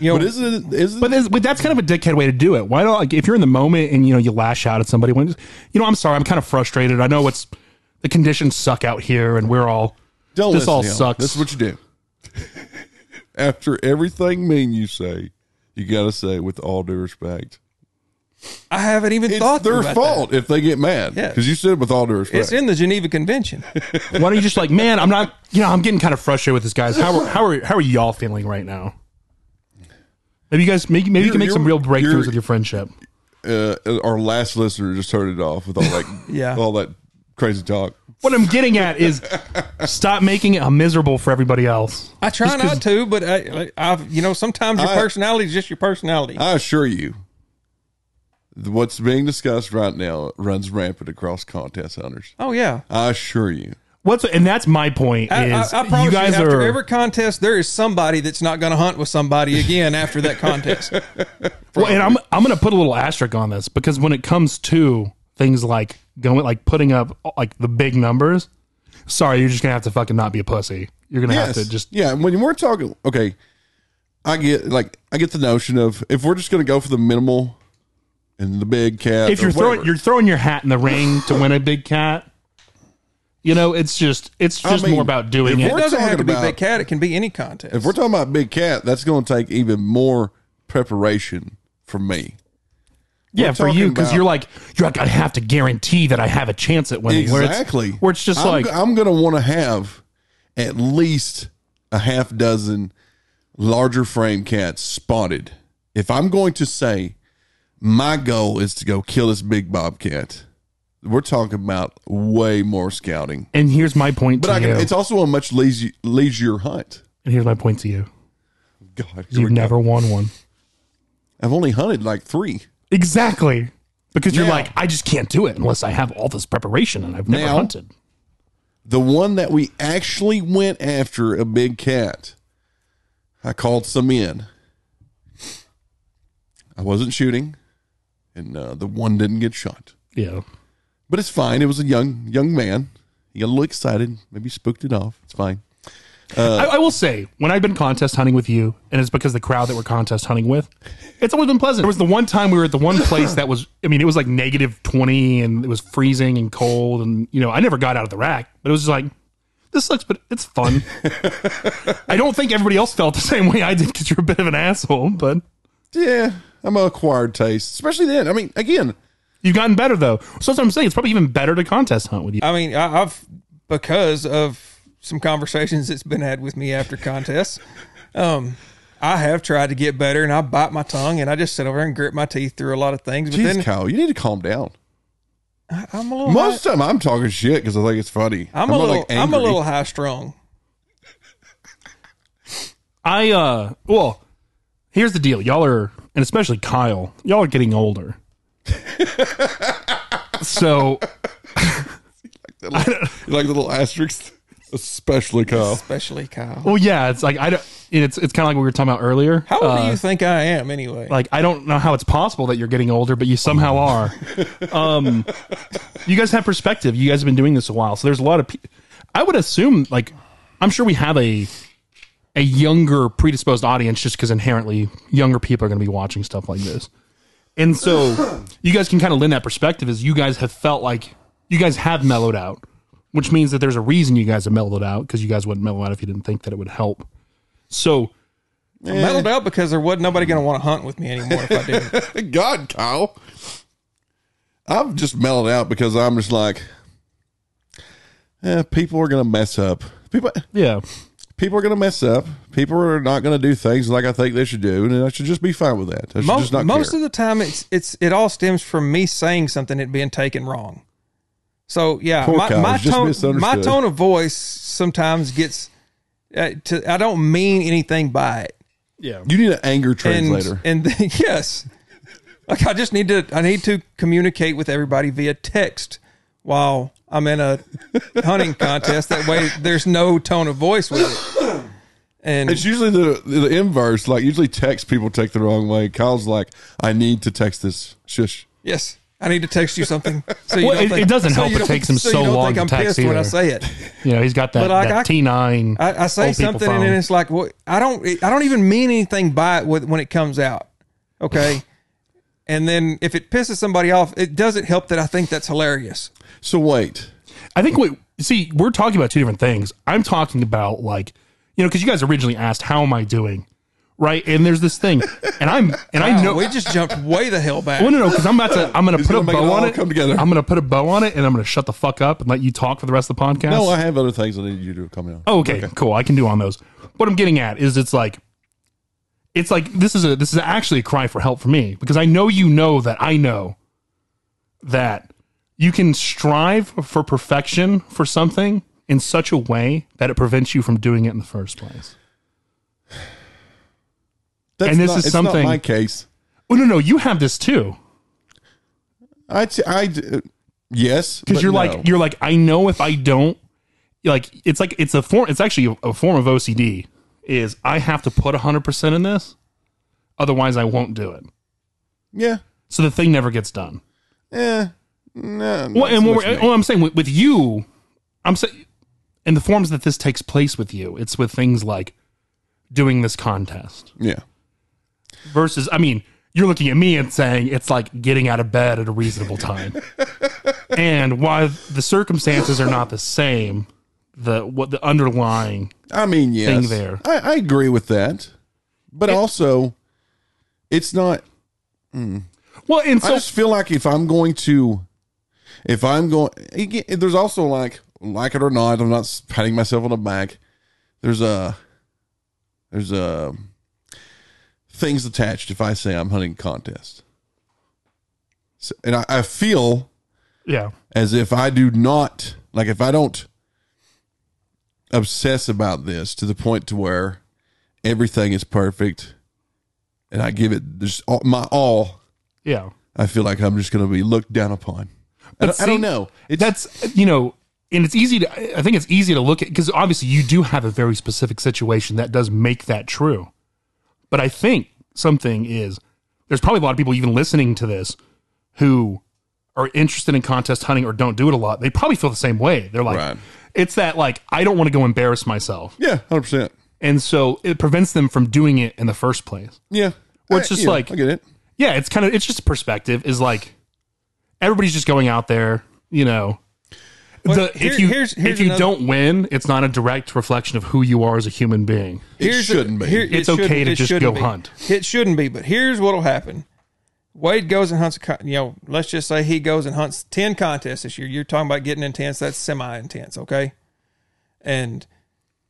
Speaker 3: You know,
Speaker 1: But isn't it? Isn't
Speaker 2: But, that's- but that's kind of a dickhead way to do it. Why not? Like, if you're in the moment and you know you lash out at somebody, when you know I'm sorry, I'm kind of frustrated. I know it's the conditions suck out here, and we're all
Speaker 1: don't
Speaker 2: this
Speaker 1: listen
Speaker 2: all
Speaker 1: to him.
Speaker 2: sucks.
Speaker 1: This is what you do. After everything mean you say, you got to say with all due respect.
Speaker 3: I haven't even
Speaker 1: It's
Speaker 3: thought
Speaker 1: their
Speaker 3: about
Speaker 1: fault if they get mad.
Speaker 3: Yeah.
Speaker 1: Because you said with all due
Speaker 3: that.
Speaker 1: respect.
Speaker 3: It's in the Geneva Convention.
Speaker 2: Why don't you just like, man, I'm not, you know, I'm getting kind of frustrated with this, guys. How are how are how are y'all feeling right now? Maybe you guys, maybe, maybe you can
Speaker 1: You're-
Speaker 2: make some real
Speaker 1: you're-
Speaker 2: breakthroughs
Speaker 1: you're-
Speaker 2: with your friendship.
Speaker 1: uh, our last listener just turned it off with all that
Speaker 3: Yeah.
Speaker 1: all that crazy talk.
Speaker 2: What I'm getting at is, stop making it miserable for everybody else.
Speaker 3: I try not to, but I, I've you know sometimes your
Speaker 1: I-
Speaker 3: personality is just your personality.
Speaker 1: I assure you, th- what's being discussed right now runs rampant across contest hunters.
Speaker 3: oh yeah,
Speaker 1: I assure you.
Speaker 2: What's and that's my point
Speaker 3: I, I,
Speaker 2: is,
Speaker 3: I promise
Speaker 2: you
Speaker 3: you,
Speaker 2: guys
Speaker 3: after
Speaker 2: are
Speaker 3: every contest, there is somebody that's not going to hunt with somebody again after that contest.
Speaker 2: Well, and I'm I'm going to put a little asterisk on this because when it comes to things like going like putting up like the big numbers. Sorry, you're just gonna have to fucking not be a pussy. You're gonna
Speaker 1: Yes.
Speaker 2: have to just
Speaker 1: yeah. When we're talking, okay, I get like I get the notion of if we're just going to go for the minimal and the big cat.
Speaker 2: if
Speaker 1: or
Speaker 2: you're throwing
Speaker 1: whatever.
Speaker 2: you're throwing your hat in the ring to win a big cat. You know, it's just it's
Speaker 1: I
Speaker 2: just
Speaker 1: mean,
Speaker 2: more about doing
Speaker 1: if
Speaker 2: it.
Speaker 3: It
Speaker 1: We're
Speaker 3: doesn't have
Speaker 1: talking
Speaker 3: to be
Speaker 1: about-
Speaker 3: big cat. It can be any contest.
Speaker 1: if we're talking about big cat, that's going to take even more preparation from me.
Speaker 2: Yeah,
Speaker 1: we're
Speaker 2: for
Speaker 1: talking
Speaker 2: you because
Speaker 1: about-
Speaker 2: you're like you're like I have to guarantee that I have a chance at winning. Where it's-
Speaker 1: Exactly.
Speaker 2: Where it's, just
Speaker 1: I'm,
Speaker 2: like
Speaker 1: I'm going to want to have at least a half dozen larger frame cats spotted. If I'm going to say my goal is to go kill this big bobcat, we're talking about way more scouting.
Speaker 2: And here's my point
Speaker 1: But
Speaker 2: to
Speaker 1: I
Speaker 2: you.
Speaker 1: can, it's also a much leisure, leisure hunt.
Speaker 2: and here's my point to you.
Speaker 1: God,
Speaker 2: You've never won one.
Speaker 1: I've only hunted like three.
Speaker 2: Exactly. Because you're
Speaker 1: Yeah.
Speaker 2: like, I just can't do it unless I have all this preparation and I've never
Speaker 1: Now-
Speaker 2: hunted.
Speaker 1: The one that we actually went after, a big cat, I called some in. I wasn't shooting, and uh, the one didn't get shot.
Speaker 2: Yeah.
Speaker 1: But it's fine. It was a young young man. He got a little excited. Maybe spooked it off. It's fine.
Speaker 2: I, I will say, when I've been contest hunting with you, and it's because the crowd that we're contest hunting with, it's always been pleasant. There was the one time we were at the one place that was, I mean, it was like negative 20 and it was freezing and cold. And, you know, I never got out of the rack, but it was just like, this sucks, but it's fun. I don't think everybody else felt the same way I did because you're a bit of an asshole, but
Speaker 1: Yeah, I'm an acquired taste, especially then. I mean, again,
Speaker 2: you've gotten better, though. So that's what I'm saying. It's probably even better to contest hunt with you.
Speaker 3: I mean, I, I've because of some conversations that's been had with me after contests. Um, I have tried to get better, and I bite my tongue, and I just sit over there and grit my teeth through a lot of things. But
Speaker 1: geez,
Speaker 3: then
Speaker 1: Kyle, you need to calm down.
Speaker 3: I, I'm a little
Speaker 1: Most of the time, I'm talking shit because I think it's funny.
Speaker 3: high, I'm, a
Speaker 1: not,
Speaker 3: little
Speaker 1: like,
Speaker 3: I'm a
Speaker 1: angry.
Speaker 3: little high strung.
Speaker 2: I uh well, here's the deal. Y'all are and especially Kyle, y'all are getting older. so
Speaker 1: You like the little asterisks, especially Kyle.
Speaker 3: especially Kyle.
Speaker 2: well yeah, it's like I don't it's it's kinda like what we were talking about earlier.
Speaker 3: How old
Speaker 2: Uh,
Speaker 3: do you think I am anyway?
Speaker 2: like I don't know how it's possible that you're getting older, but you somehow are. um you guys have perspective. You guys have been doing this a while. So there's a lot of pe- I would assume like I'm sure we have a a younger predisposed audience just because inherently younger people are going to be watching stuff like this. And so you guys can kind of lend that perspective as you guys have felt like you guys have mellowed out, which means that there's a reason you guys have mellowed out because you guys wouldn't mellow out if you didn't think that it would help. So
Speaker 3: I mellowed out because there wasn't nobody going to want to hunt with me anymore if I didn't.
Speaker 1: God, Kyle. I've just mellowed out because I'm just like, eh, people are gonna mess up. People,
Speaker 2: yeah,
Speaker 1: people are gonna mess up. People are not gonna do things like I think they should do, and I should just be fine with that. I should
Speaker 3: Most,
Speaker 1: just not
Speaker 3: most
Speaker 1: care.
Speaker 3: of the time, it's it's it all stems from me saying something and being taken wrong. So yeah,
Speaker 1: Poor
Speaker 3: my,
Speaker 1: Kyle,
Speaker 3: my
Speaker 1: he's just
Speaker 3: tone my
Speaker 1: misunderstood.
Speaker 3: tone of voice sometimes gets uh, to I don't mean anything by it,
Speaker 2: yeah.
Speaker 1: you need an anger
Speaker 3: and
Speaker 1: translator.
Speaker 3: and then- yes, like I just need to I need to communicate with everybody via text while I'm in a hunting contest. That way, there's no tone of voice with it. And
Speaker 1: it's usually the the inverse. Like usually text people take the wrong way. Kyle's like, I need to text this. Shush.
Speaker 3: Yes. I need to text you something. So you
Speaker 2: Well,
Speaker 3: don't
Speaker 2: it-
Speaker 3: think,
Speaker 2: it doesn't
Speaker 3: so
Speaker 2: help.
Speaker 3: you
Speaker 2: It
Speaker 3: don't-
Speaker 2: takes him so
Speaker 3: you don't
Speaker 2: long
Speaker 3: think
Speaker 2: to
Speaker 3: I'm
Speaker 2: text
Speaker 3: pissed when I
Speaker 2: either.
Speaker 3: say it.
Speaker 2: You know, he's got that,
Speaker 3: But, like,
Speaker 2: that
Speaker 3: I-
Speaker 2: T9.
Speaker 3: I, I say
Speaker 2: old people
Speaker 3: something and
Speaker 2: phone.
Speaker 3: then it's like, well, I don't, I don't even mean anything by it with- when it comes out. Okay. and then if it pisses somebody off, it doesn't help that I think that's hilarious.
Speaker 1: So wait.
Speaker 2: I think we see we're talking about two different things. I'm talking about like you know because you guys originally asked how am I doing, right? And there's this thing, and I'm and I know.
Speaker 3: we just jumped way the hell back.
Speaker 2: Well, no, no, because I'm about to. I'm going to put a
Speaker 1: gonna make it
Speaker 2: bow on
Speaker 1: all
Speaker 2: it.
Speaker 1: come together.
Speaker 2: I'm going to put a bow on it, and I'm going to shut the fuck up and let you talk for the rest of the podcast.
Speaker 1: No, I have other things I need you to comment on.
Speaker 2: Oh, okay, cool. I can do on those. What I'm getting at is it's like it's like this is a this is actually a cry for help for me because I know you know that I know that you can strive for perfection for something in such a way that it prevents you from doing it in the first place.
Speaker 1: That's
Speaker 2: and this
Speaker 1: not-
Speaker 2: is
Speaker 1: it's not
Speaker 2: something-
Speaker 1: my case.
Speaker 2: Oh no, no, you have this too.
Speaker 1: I t- I d- yes,
Speaker 2: because
Speaker 1: but
Speaker 2: you're
Speaker 1: no.
Speaker 2: like you're like I know if I don't like it's like it's a form it's actually a form of OCD is I have to put 100% in this otherwise I won't do it.
Speaker 1: yeah,
Speaker 2: So the thing never gets done.
Speaker 1: yeah. No, not
Speaker 2: Well, and
Speaker 1: so
Speaker 2: when
Speaker 1: much
Speaker 2: we're,
Speaker 1: me.
Speaker 2: well, I'm saying with, with you, I'm saying in the forms that this takes place with you, it's with things like doing this contest
Speaker 1: yeah,
Speaker 2: versus, I mean, you're looking at me and saying it's like getting out of bed at a reasonable time. and while the circumstances are not the same, the what the underlying
Speaker 1: I mean, yes,
Speaker 2: thing there.
Speaker 1: I, I agree with that, but also, it's not.
Speaker 2: well, and
Speaker 1: I
Speaker 2: so
Speaker 1: just feel like if I'm going to, if I'm going, again, there's also like, like it or not, I'm not patting myself on the back. There's a, there's a, things attached if I say I'm hunting contest. So, and I, I feel
Speaker 2: yeah,
Speaker 1: as if I do not like if I don't obsess about this to the point to where everything is perfect and I give it just all, my all
Speaker 2: yeah.
Speaker 1: I feel like I'm just going to be looked down upon I don't, I
Speaker 2: see,
Speaker 1: don't know it's
Speaker 2: that's you know and it's easy to i think it's easy to look at because obviously you do have a very specific situation that does make that true but i think something is there's probably a lot of people even listening to this who are interested in contest hunting or don't do it a lot they probably feel the same way they're like
Speaker 1: Right.
Speaker 2: it's that like i don't want to go embarrass myself
Speaker 1: yeah 100%
Speaker 2: and so it prevents them from doing it in the first place
Speaker 1: yeah
Speaker 2: Well, it's
Speaker 1: I-
Speaker 2: just
Speaker 1: yeah,
Speaker 2: like-
Speaker 1: I get it
Speaker 2: yeah it's kind of it's just perspective is like everybody's just going out there you know
Speaker 3: Well,
Speaker 2: the,
Speaker 3: here-
Speaker 2: if you
Speaker 3: here's- here's
Speaker 2: if you
Speaker 3: another-
Speaker 2: don't win, it's not a direct reflection of who you are as a human being.
Speaker 1: it shouldn't be
Speaker 3: here-
Speaker 2: It's
Speaker 3: it
Speaker 2: okay
Speaker 3: shouldn't-
Speaker 2: to
Speaker 3: it
Speaker 2: just go
Speaker 3: shouldn't be.
Speaker 2: hunt.
Speaker 3: It shouldn't be, but here's what'll happen. Wade goes and hunts a con- you know, let's just say he goes and hunts 10 contests this year. You're talking about getting intense, that's semi-intense, okay? And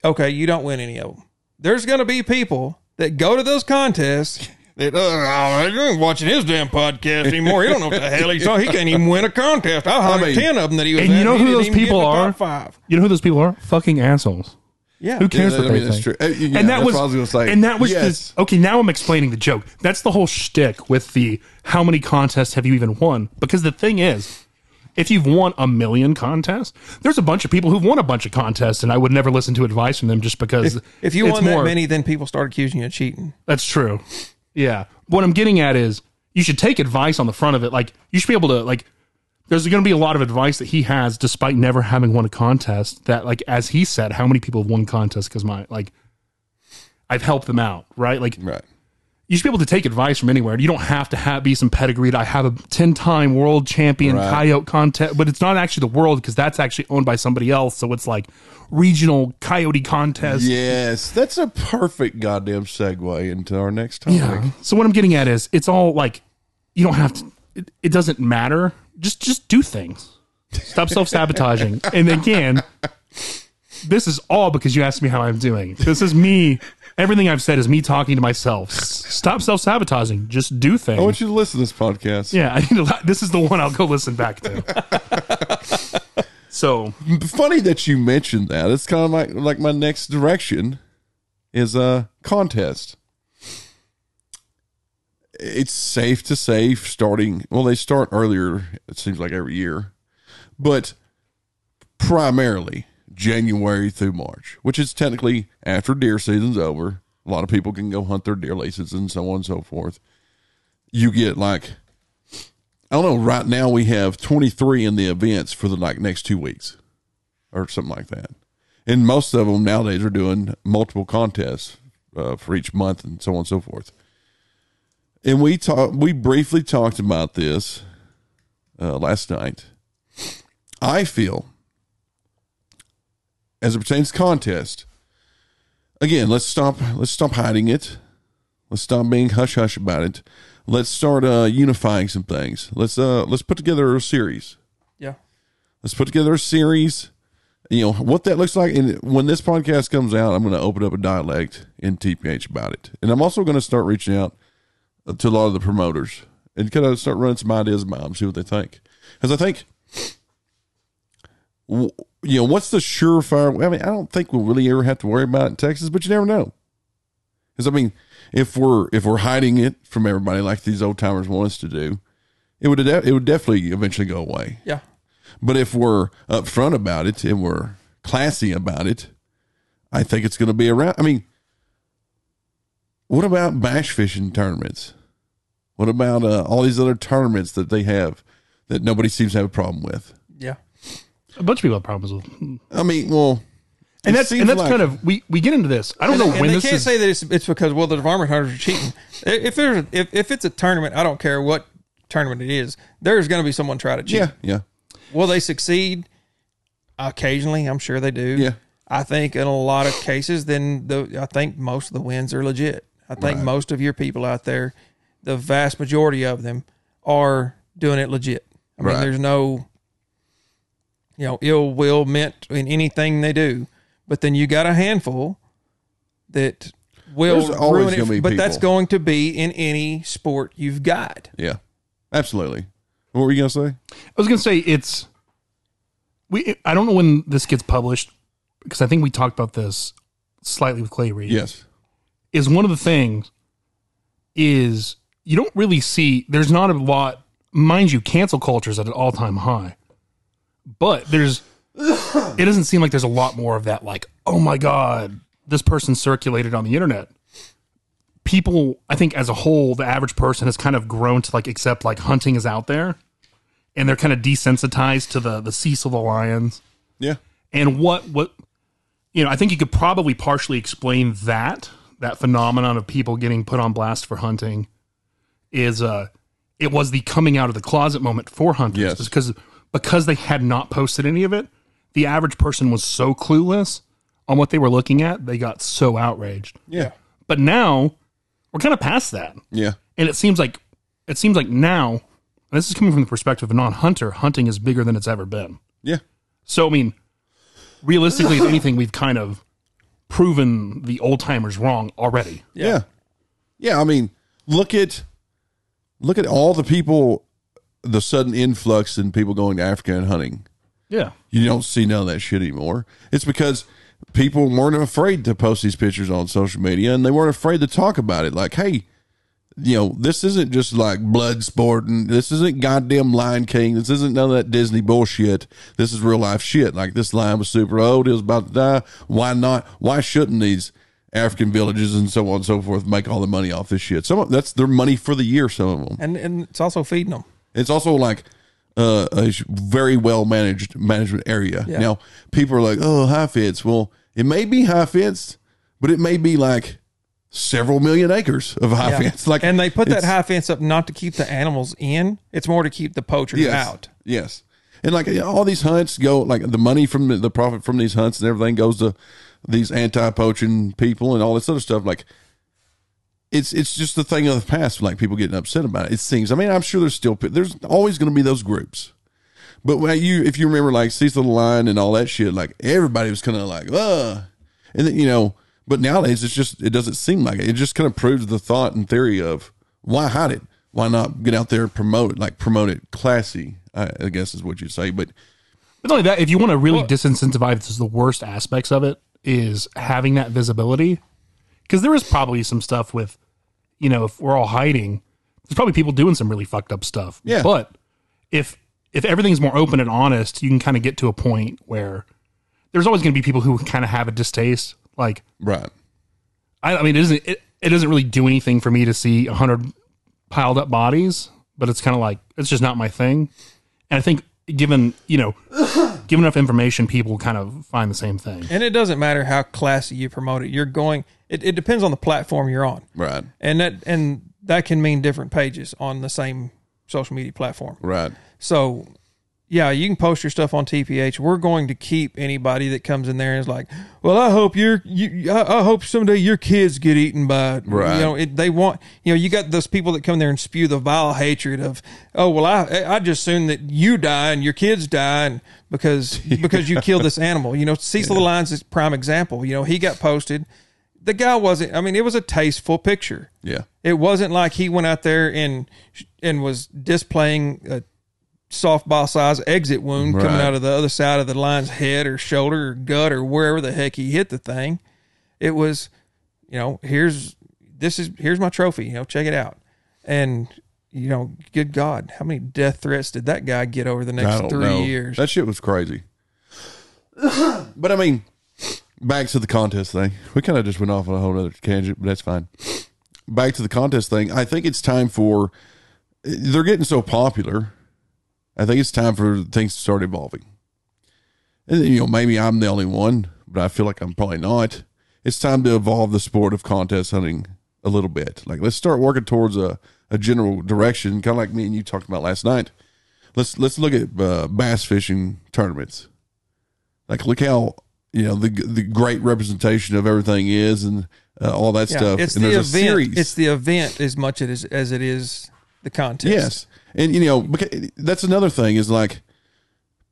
Speaker 3: okay, you don't win any of them. There's going to be people that go to those contests that uh, I ain't watching his damn podcast anymore. He don't know what the hell he's talking. He can't even win a contest. I hunted
Speaker 1: mean-
Speaker 3: 10 of them that he was
Speaker 2: And
Speaker 3: at,
Speaker 2: you know
Speaker 3: he
Speaker 2: who
Speaker 3: didn't
Speaker 2: those
Speaker 3: even get in
Speaker 2: people
Speaker 3: the
Speaker 2: are?
Speaker 3: top Five.
Speaker 2: You know who those people are? Fucking assholes.
Speaker 3: Yeah.
Speaker 2: Who cares
Speaker 1: Yeah,
Speaker 2: what
Speaker 1: I
Speaker 2: they
Speaker 1: mean, that's
Speaker 2: think?
Speaker 1: true. Uh, yeah,
Speaker 2: and that
Speaker 1: that's
Speaker 2: was,
Speaker 1: what I was gonna say.
Speaker 2: and that was
Speaker 1: Yes.
Speaker 2: this. Okay, now I'm explaining the joke. That's the whole shtick with the how many contests have you even won? Because the thing is, if you've won a million contests, there's a bunch of people who've won a bunch of contests, and I would never listen to advice from them just because
Speaker 3: If you
Speaker 2: it's
Speaker 3: won that
Speaker 2: more-
Speaker 3: many, then people start accusing you of cheating.
Speaker 2: That's true. Yeah. What I'm getting at is you should take advice on the front of it. Like you should be able to like there's going to be a lot of advice that he has despite never having won a contest that like as he said how many people have won contests cuz my like I've helped them out, right? Like
Speaker 1: right
Speaker 2: you should be able to take advice from anywhere. You don't have to have, be some pedigree. I have a 10 time world champion
Speaker 1: Right.
Speaker 2: coyote contest, but it's not actually the world because that's actually owned by somebody else. So it's like regional coyote contest.
Speaker 1: yes that's a perfect goddamn segue into our next topic
Speaker 2: Yeah. So what I'm getting at is it's all like you don't have to it, it doesn't matter. Just just do things. Stop self-sabotaging. and again, this is all because you asked me how I'm doing. This is me everything I've said is me talking to myself. S- Stop self-sabotaging. Just do things.
Speaker 3: Oh,
Speaker 1: I want you to listen to this podcast
Speaker 2: yeah, I need a lot. This is the one I'll go listen back to. so,
Speaker 1: funny that you mentioned that. It's kind of like like my next direction is a contest. It's safe to say starting well they start earlier it seems like every year. But primarily January through March, which is technically after deer season's over. A lot of people can go hunt their deer leases and so on and so forth. You get like I don't know, right now we have 23 in the events for the like next 2 weeks or something like that. And most of them nowadays are doing multiple contests uh, for each month and so on and so forth. And we talked, we briefly talked about this uh, last night. I feel, as it pertains to contest, again, let's stop, let's stop hiding it. Let's stop being hush hush about it. Let's start uh, unifying some things. Let's uh, let's put together a series
Speaker 3: Yeah.
Speaker 1: let's put together a series you know what that looks like and when this podcast comes out i'm going to open up a dialect in tph about it and i'm also going to start reaching out to a lot of the promoters and kind of start running some ideas by them see what they think because i think w- you know what's the surefire i mean i don't think we'll really ever have to worry about it in texas but you never know because i mean if we're if we're hiding it from everybody like these old timers want us to do it would de- it would definitely eventually go away
Speaker 3: Yeah.
Speaker 1: but if we're upfront about it and we're classy about it, I think it's going to be around. I mean, what about bass fishing tournaments? What about uh, all these other tournaments that they have that nobody seems to have a problem with.
Speaker 3: Yeah.
Speaker 2: A bunch of people have problems with, and
Speaker 1: I mean, well, it
Speaker 2: that's
Speaker 1: seems
Speaker 2: and that's
Speaker 1: like-
Speaker 2: kind of we we get into this. I don't know
Speaker 3: and
Speaker 2: when
Speaker 3: they
Speaker 2: this
Speaker 3: can't
Speaker 2: is.
Speaker 3: say that it's, it's because well the varmint hunters are cheating. if there's if, if it's a tournament, I don't care what tournament it is, there's going to be someone try to cheat.
Speaker 1: yeah, yeah,
Speaker 3: Will they succeed? Occasionally, I'm sure they do.
Speaker 1: Yeah.
Speaker 3: I think in a lot of cases, then the I think most of the wins are legit. I think most of your people out there, the vast majority of them, are doing it legit. I mean,
Speaker 1: Right.
Speaker 3: there's no, you know, ill will meant in anything they do. But then you got a handful that will
Speaker 1: There's always
Speaker 3: ruin it.
Speaker 1: gonna be
Speaker 3: But that's
Speaker 1: people.
Speaker 3: going to be in any sport you've got.
Speaker 1: yeah, absolutely. What were you gonna say?
Speaker 2: I was gonna say it's we. I don't know when this gets published because I think we talked about this slightly with Clay Reed.
Speaker 1: Yes,
Speaker 2: is one of the things is you don't really see there's not a lot mind you cancel culture's at an all-time high but there's it doesn't seem like there's a lot more of that like oh my god this person circulated on the internet people i think as a whole the average person has kind of grown to like accept like hunting is out there and they're kind of desensitized to the the cecil the lions
Speaker 1: yeah,
Speaker 2: and what what you know i think you could probably partially explain that that phenomenon of people getting put on blast for hunting is uh it was the coming out of the closet moment for hunters
Speaker 1: Yes.
Speaker 2: because because they had not posted any of it the average person was so clueless on what they were looking at they got so outraged
Speaker 1: yeah,
Speaker 2: but now we're kind of past that
Speaker 1: yeah,
Speaker 2: and it seems like it seems like now and this is coming from the perspective of a non-hunter hunting is bigger than it's ever been
Speaker 1: yeah.
Speaker 2: so I mean, realistically, if anything, we've kind of proven the old timers wrong already.
Speaker 1: Yeah. yeah. I mean, look at look at all the people the sudden influx in people going to Africa and hunting.
Speaker 2: Yeah.
Speaker 1: You don't see none of that shit anymore. It's because people weren't afraid to post these pictures on social media and they weren't afraid to talk about it. Like, hey, you know, this isn't just like blood sporting. This isn't goddamn Lion King. This isn't none of that Disney bullshit. This is real life shit. Like this lion was super old. It was about to die. Why not? Why shouldn't these African villages and so on and so forth make all the money off this shit? Some of, that's their money for the year. Some of them.
Speaker 3: And and it's also feeding them.
Speaker 1: It's also like uh, a sh- very well managed management area.
Speaker 3: Yeah.
Speaker 1: Now, people are like, oh, high fence. Well, it may be high fenced, but it may be like several million acres of high
Speaker 3: Yeah.
Speaker 1: fence. Like,
Speaker 3: and they put that
Speaker 1: it's-
Speaker 3: high fence up not to keep the animals in; it's more to keep the poachers
Speaker 1: yes,
Speaker 3: out.
Speaker 1: Yes. And like all these hunts go, like the money from the, the profit from these hunts and everything goes to these anti poaching people and all this other stuff. Like, it's it's just the thing of the past, like people getting upset about it. It seems. I mean, I'm sure there's still there's always going to be those groups, but when you if you remember like Cecil the Lion and all that shit, like everybody was kind of like, uh, and then you know. But nowadays, it's just it doesn't seem like it. It just kind of proves the thought and theory of why hide it? Why not get out there and promote like promote it classy? I, I guess is what you say, but
Speaker 2: But not only that, if you want to really disincentivize this is the worst aspects of it is having that visibility. Because there is probably some stuff with, you know, if we're all hiding, there's probably people doing some really fucked up stuff.
Speaker 1: Yeah.
Speaker 2: But if if everything's more open and honest, you can kind of get to a point where there's always going to be people who kind of have a distaste. Like,
Speaker 1: right,
Speaker 2: I, I mean, it doesn't it, it doesn't really do anything for me to see a hundred piled up bodies, but it's kind of like it's just not my thing. And I think given you know, given enough information, people kind of find the same thing.
Speaker 3: And it doesn't matter how classy you promote it; you're going. It, it depends on the platform you're on,
Speaker 1: right,
Speaker 3: and that and that can mean different pages on the same social media platform.
Speaker 1: right,
Speaker 3: So, yeah, you can post your stuff on TPH. We're going to keep anybody that comes in there and is like, "Well, I hope your you, I, I hope someday your kids get eaten by
Speaker 1: Right.
Speaker 3: you know it, they want you know you got those people that come there and spew the vile hatred of oh well I I just assume that you die and your kids die and because because you killed this animal you know Cecil the Lion's is prime example you know he got posted the guy wasn't I mean it was a tasteful picture
Speaker 1: yeah,
Speaker 3: it wasn't like he went out there and and was displaying a softball size exit wound coming
Speaker 1: Right.
Speaker 3: out of the other side of the lion's head or shoulder or gut or wherever the heck he hit the thing. It was, you know, here's this is here's my trophy. You know, check it out. And you know, good God, how many death threats did that guy get over the
Speaker 1: I
Speaker 3: next
Speaker 1: don't
Speaker 3: three
Speaker 1: know.
Speaker 3: years?
Speaker 1: That shit was crazy. but I mean, back to the contest thing. We kind of just went off on a whole other tangent, but that's fine. Back to the contest thing. I think it's time for. They're getting so popular I think it's time for things to start evolving. And you know, maybe I'm the only one, but I feel like I'm probably not. It's time to evolve the sport of contest hunting a little bit. Like let's start working towards a, a general direction, kind of like me and you talked about last night. Let's let's look at uh, bass fishing tournaments. Like look how you know the the great representation of everything is and uh, all that
Speaker 3: Yeah,
Speaker 1: stuff.
Speaker 3: it's
Speaker 1: and
Speaker 3: the
Speaker 1: there's a
Speaker 3: event.
Speaker 1: series.
Speaker 3: It's the event as much it is, as it is the contest.
Speaker 1: Yes. And you know, beca- that's another thing is like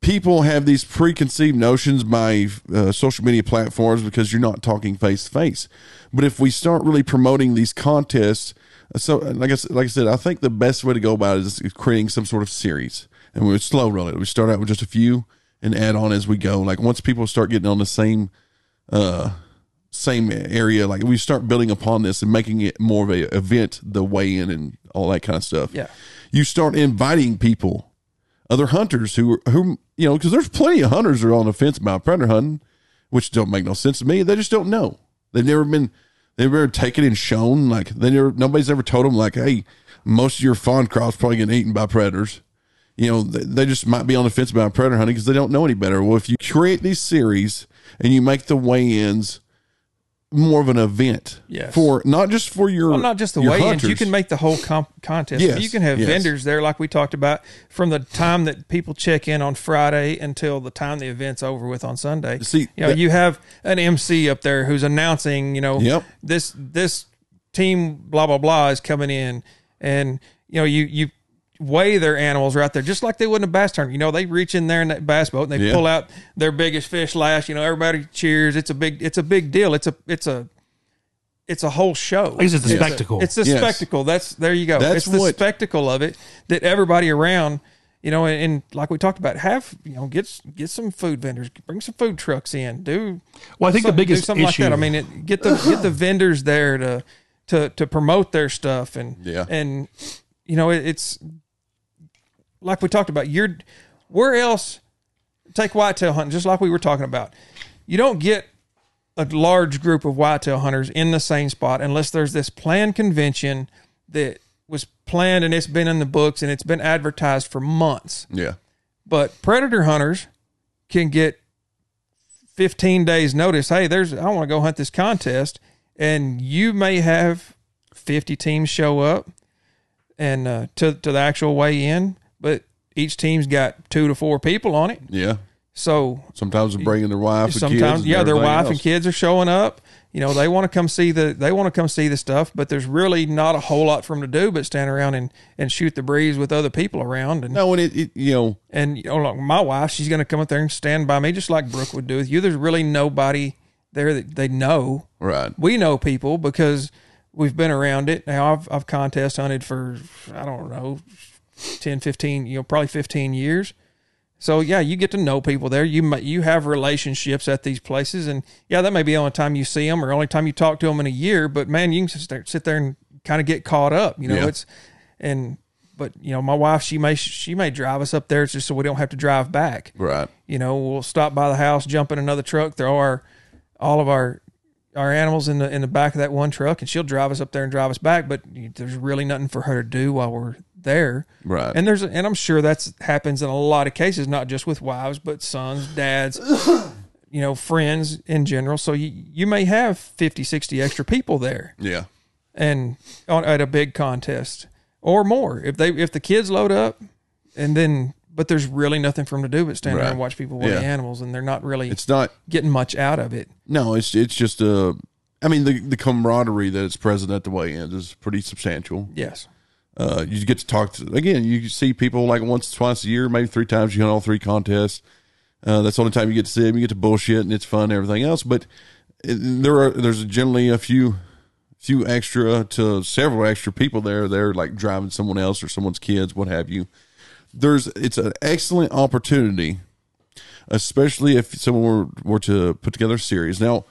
Speaker 1: people have these preconceived notions by uh, social media platforms because you're not talking face to face. But if we start really promoting these contests, uh, so like I s- like I said, I think the best way to go about it is creating some sort of series, and we would slow roll it. We start out with just a few and add on as we go. Like once people start getting on the same uh same area like we start building upon this and making it more of a event the weigh in and all that kind of stuff
Speaker 3: Yeah.
Speaker 1: you start inviting people other hunters who who you know because there's plenty of hunters that are on the fence about predator hunting which don't make no sense to me they just don't know they've never been they've never taken and shown like they never nobody's ever told them like hey most of your fawn crops probably getting eaten by predators you know, they, they just might be on the fence about predator hunting because they don't know any better. Well, if you create these series and you make the weigh-ins more of an event
Speaker 3: Yes.
Speaker 1: for not just for your
Speaker 3: Well, not just the
Speaker 1: your
Speaker 3: weigh-ins. You
Speaker 1: hunters.
Speaker 3: can make the whole comp- contest.
Speaker 1: Yes,
Speaker 3: You can have
Speaker 1: yes.
Speaker 3: vendors there, like we talked about, from the time that people check in on Friday until the time the event's over with on Sunday.
Speaker 1: See,
Speaker 3: you know,
Speaker 1: that-
Speaker 3: you have an MC up there who's announcing, you know,
Speaker 1: Yep.
Speaker 3: this this team blah blah blah is coming in, and you know, you you weigh their animals right there, just like they would in a bass tournament. You know, they reach in there in that bass boat and they
Speaker 1: Yeah.
Speaker 3: pull out their biggest fish last. You know, everybody cheers. It's a big it's a big deal. It's a it's a it's a whole show.
Speaker 2: I guess it's a spectacle.
Speaker 3: It's the
Speaker 1: Yes.
Speaker 3: spectacle. That's there you go.
Speaker 1: That's
Speaker 3: it's the
Speaker 1: what-
Speaker 3: spectacle of it that everybody around, you know, and, and like we talked about, have you know, get s- get some food vendors, bring some food trucks in, do.
Speaker 2: Well, I think the
Speaker 3: some- do
Speaker 2: biggest
Speaker 3: something
Speaker 2: issue-
Speaker 3: like that. I mean, it, get the get the vendors there to to to promote their stuff and
Speaker 1: Yeah.
Speaker 3: and you know it, it's like we talked about. You're where else take whitetail hunting just like we were talking about. You don't get a large group of whitetail hunters in the same spot unless there's this planned convention that was planned and it's been in the books and it's been advertised for months.
Speaker 1: yeah
Speaker 3: But predator hunters can get 15 days notice. Hey, there's I want to go hunt this contest and you may have 50 teams show up and uh, to to the actual weigh in, but each team's got 2 to 4 people on it.
Speaker 1: yeah
Speaker 3: So
Speaker 1: sometimes they're bringing their wife and kids
Speaker 3: sometimes
Speaker 1: and
Speaker 3: yeah their
Speaker 1: everything
Speaker 3: wife
Speaker 1: else.
Speaker 3: and kids are showing up you know they want to come see the they want to come see the stuff but there's really not a whole lot for them to do but stand around and and shoot the breeze with other people around and
Speaker 1: no and it, it you know
Speaker 3: and you know like my wife she's going to come up there and stand by me just like brooke would do with you there's really nobody there that they know
Speaker 1: right
Speaker 3: we know people because we've been around it now i've i've contest hunted for i don't know 10 15 you know probably 15 years so yeah you get to know people there you might you have relationships at these places and yeah that may be the only time you see them or only time you talk to them in a year but man you can just start, sit there and kind of get caught up you know
Speaker 1: Yeah.
Speaker 3: it's and but you know my wife she may she may drive us up there just so we don't have to drive back
Speaker 1: right
Speaker 3: you know we'll stop by the house jump in another truck throw our all of our our animals in the in the back of that one truck and she'll drive us up there and drive us back but there's really nothing for her to do while we're there
Speaker 1: Right.
Speaker 3: and there's and i'm sure that's happens in a lot of cases not just with wives but sons dads you know friends in general so you you may have 50 60 extra people there
Speaker 1: yeah
Speaker 3: and on, at a big contest or more if they if the kids load up and then but there's really nothing for them to do but stand there and
Speaker 1: Right.
Speaker 3: watch people weigh
Speaker 1: Yeah.
Speaker 3: animals and they're not really
Speaker 1: it's not
Speaker 3: getting much out of it
Speaker 1: no it's it's just uh I mean the the camaraderie that is present at the weigh-ins is pretty substantial
Speaker 3: yes
Speaker 1: uh, you get to talk to again. You see people like once, twice a year, maybe three times. You hunt all three contests. Uh, that's the only time you get to see them. You get to bullshit, and it's fun, and everything else. But it, there are there's generally a few few extra to several extra people there. They're like driving someone else or someone's kids, what have you. There's it's an excellent opportunity, especially if someone were, were to put together a series. Now,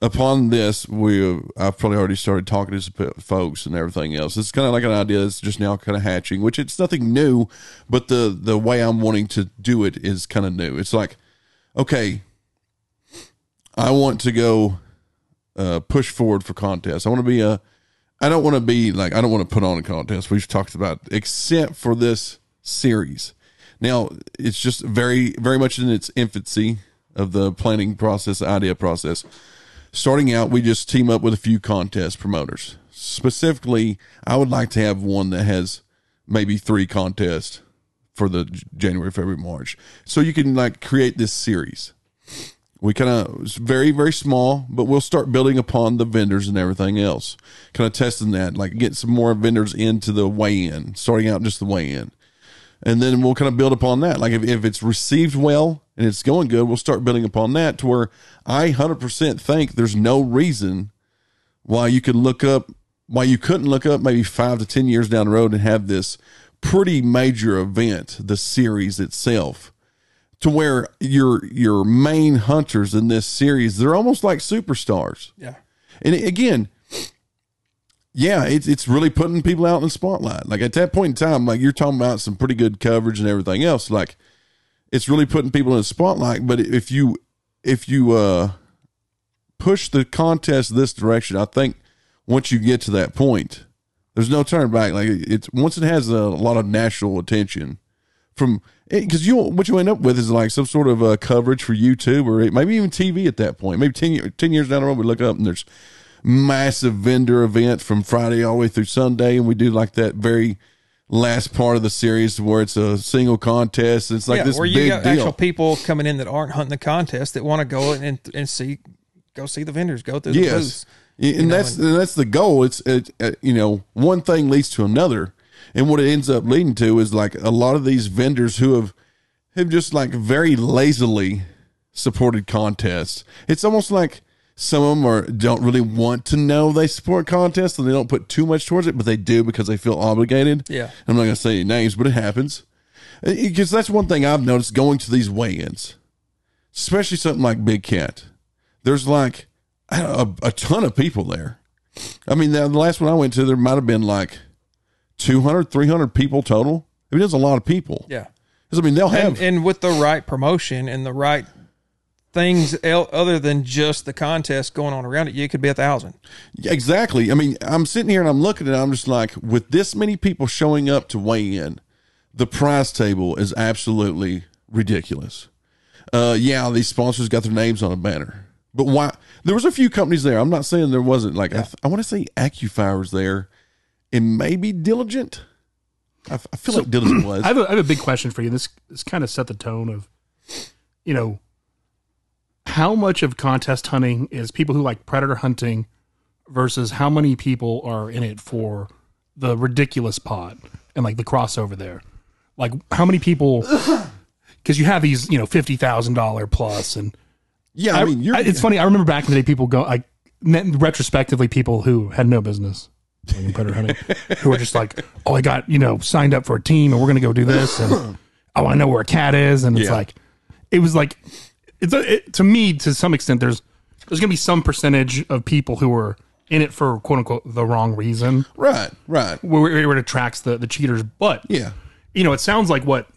Speaker 1: upon this, we I've probably already started talking to some p- folks and everything else. It's kind of like an idea that's just now kind of hatching, which it's nothing new, but the the way I'm wanting to do it is kind of new. It's like, okay, I want to go uh, push forward for contests. I want to be a I don't want to be like I don't want to put on a contest. We've talked about except for this series. Now it's just very, very much in its infancy of the planning process, the idea process. Starting out, we just team up with a few contest promoters. Specifically, I would like to have one that has maybe three contests for the J- January, February, March, so you can like create this series. We kind of it's very, very small, but we'll start building upon the vendors and everything else. Kind of testing that, like get some more vendors into the weigh-in, starting out just the weigh-in and then we'll kind of build upon that. Like if, if it's received well and it's going good, we'll start building upon that to where I 100% think there's no reason why you could look up, why you couldn't look up maybe five to 10 years down the road and have this pretty major event, the series itself. To where your your main hunters in this series, they're almost like superstars.
Speaker 3: Yeah.
Speaker 1: And again, yeah, it's it's really putting people out in the spotlight. Like at that point in time, like you're talking about some pretty good coverage and everything else. Like it's really putting people in the spotlight. But if you if you uh push the contest this direction, I think once you get to that point, there's no turn back. Like it's once it has a lot of national attention from because you what you end up with is like some sort of uh, coverage for YouTube or maybe even TV at that point. Maybe 10, year- 10 years down the road, we look up and there's massive vendor event from Friday all the way through Sunday, and we do like that very last part of the series where it's a single contest. It's like
Speaker 3: yeah,
Speaker 1: this
Speaker 3: where
Speaker 1: big
Speaker 3: you got
Speaker 1: deal.
Speaker 3: actual people coming in that aren't hunting the contest that want to go and and see, go see the vendors, go through the booths.
Speaker 1: Yeah, and that's and that's the goal. It's it, uh, you know one thing leads to another, and what it ends up leading to is like a lot of these vendors who have have just like very lazily supported contests. It's almost like some of them are don't really want to know they support contests and they don't put too much towards it, but they do because they feel obligated.
Speaker 3: Yeah.
Speaker 1: I'm not gonna say any names, but it happens because that's one thing I've noticed going to these weigh-ins, especially something like Big Cat. There's like a, a ton of people there. I mean, the the last one I went to, there might have been like 200, 300 people total. I mean, there's a lot of people.
Speaker 3: Yeah.
Speaker 1: 'Cause, I mean, they'll have
Speaker 3: And, and with the right promotion and the right things el- other than just the contest going on around it, you could be a thousand.
Speaker 1: Exactly. I mean, I'm sitting here and I'm looking at it. I'm just like, with this many people showing up to weigh in, the prize table is absolutely ridiculous. Uh, yeah, these sponsors got their names on a banner, but why? There was a few companies there. I'm not saying there wasn't. Like, I, th- I want to say Accufire was there, and maybe Diligent. I, f- I feel like Diligent was.
Speaker 2: I have, a, I have a big question for you. This this kind of set the tone of, you know, how much of contest hunting is people who like predator hunting versus how many people are in it for the ridiculous pot and like the crossover there. Like how many people? Because you have these, you know, fifty thousand dollar plus, and
Speaker 1: yeah, I, mean, you're.
Speaker 2: I- it's funny. I remember back in the day, people go like ne- retrospectively, people who had no business being in predator hunting, who were just like, "Oh, I got you know signed up for a team, and we're gonna go do this, and oh, I know where a cat is," and it's
Speaker 1: Yeah.
Speaker 2: like, it was like, it's a, it, to me to some extent. There's there's gonna be some percentage of people who are in it for quote unquote the wrong reason,
Speaker 1: right, right.
Speaker 2: where, where it attracts the the cheaters, but
Speaker 1: Yeah.
Speaker 2: you know, it sounds like what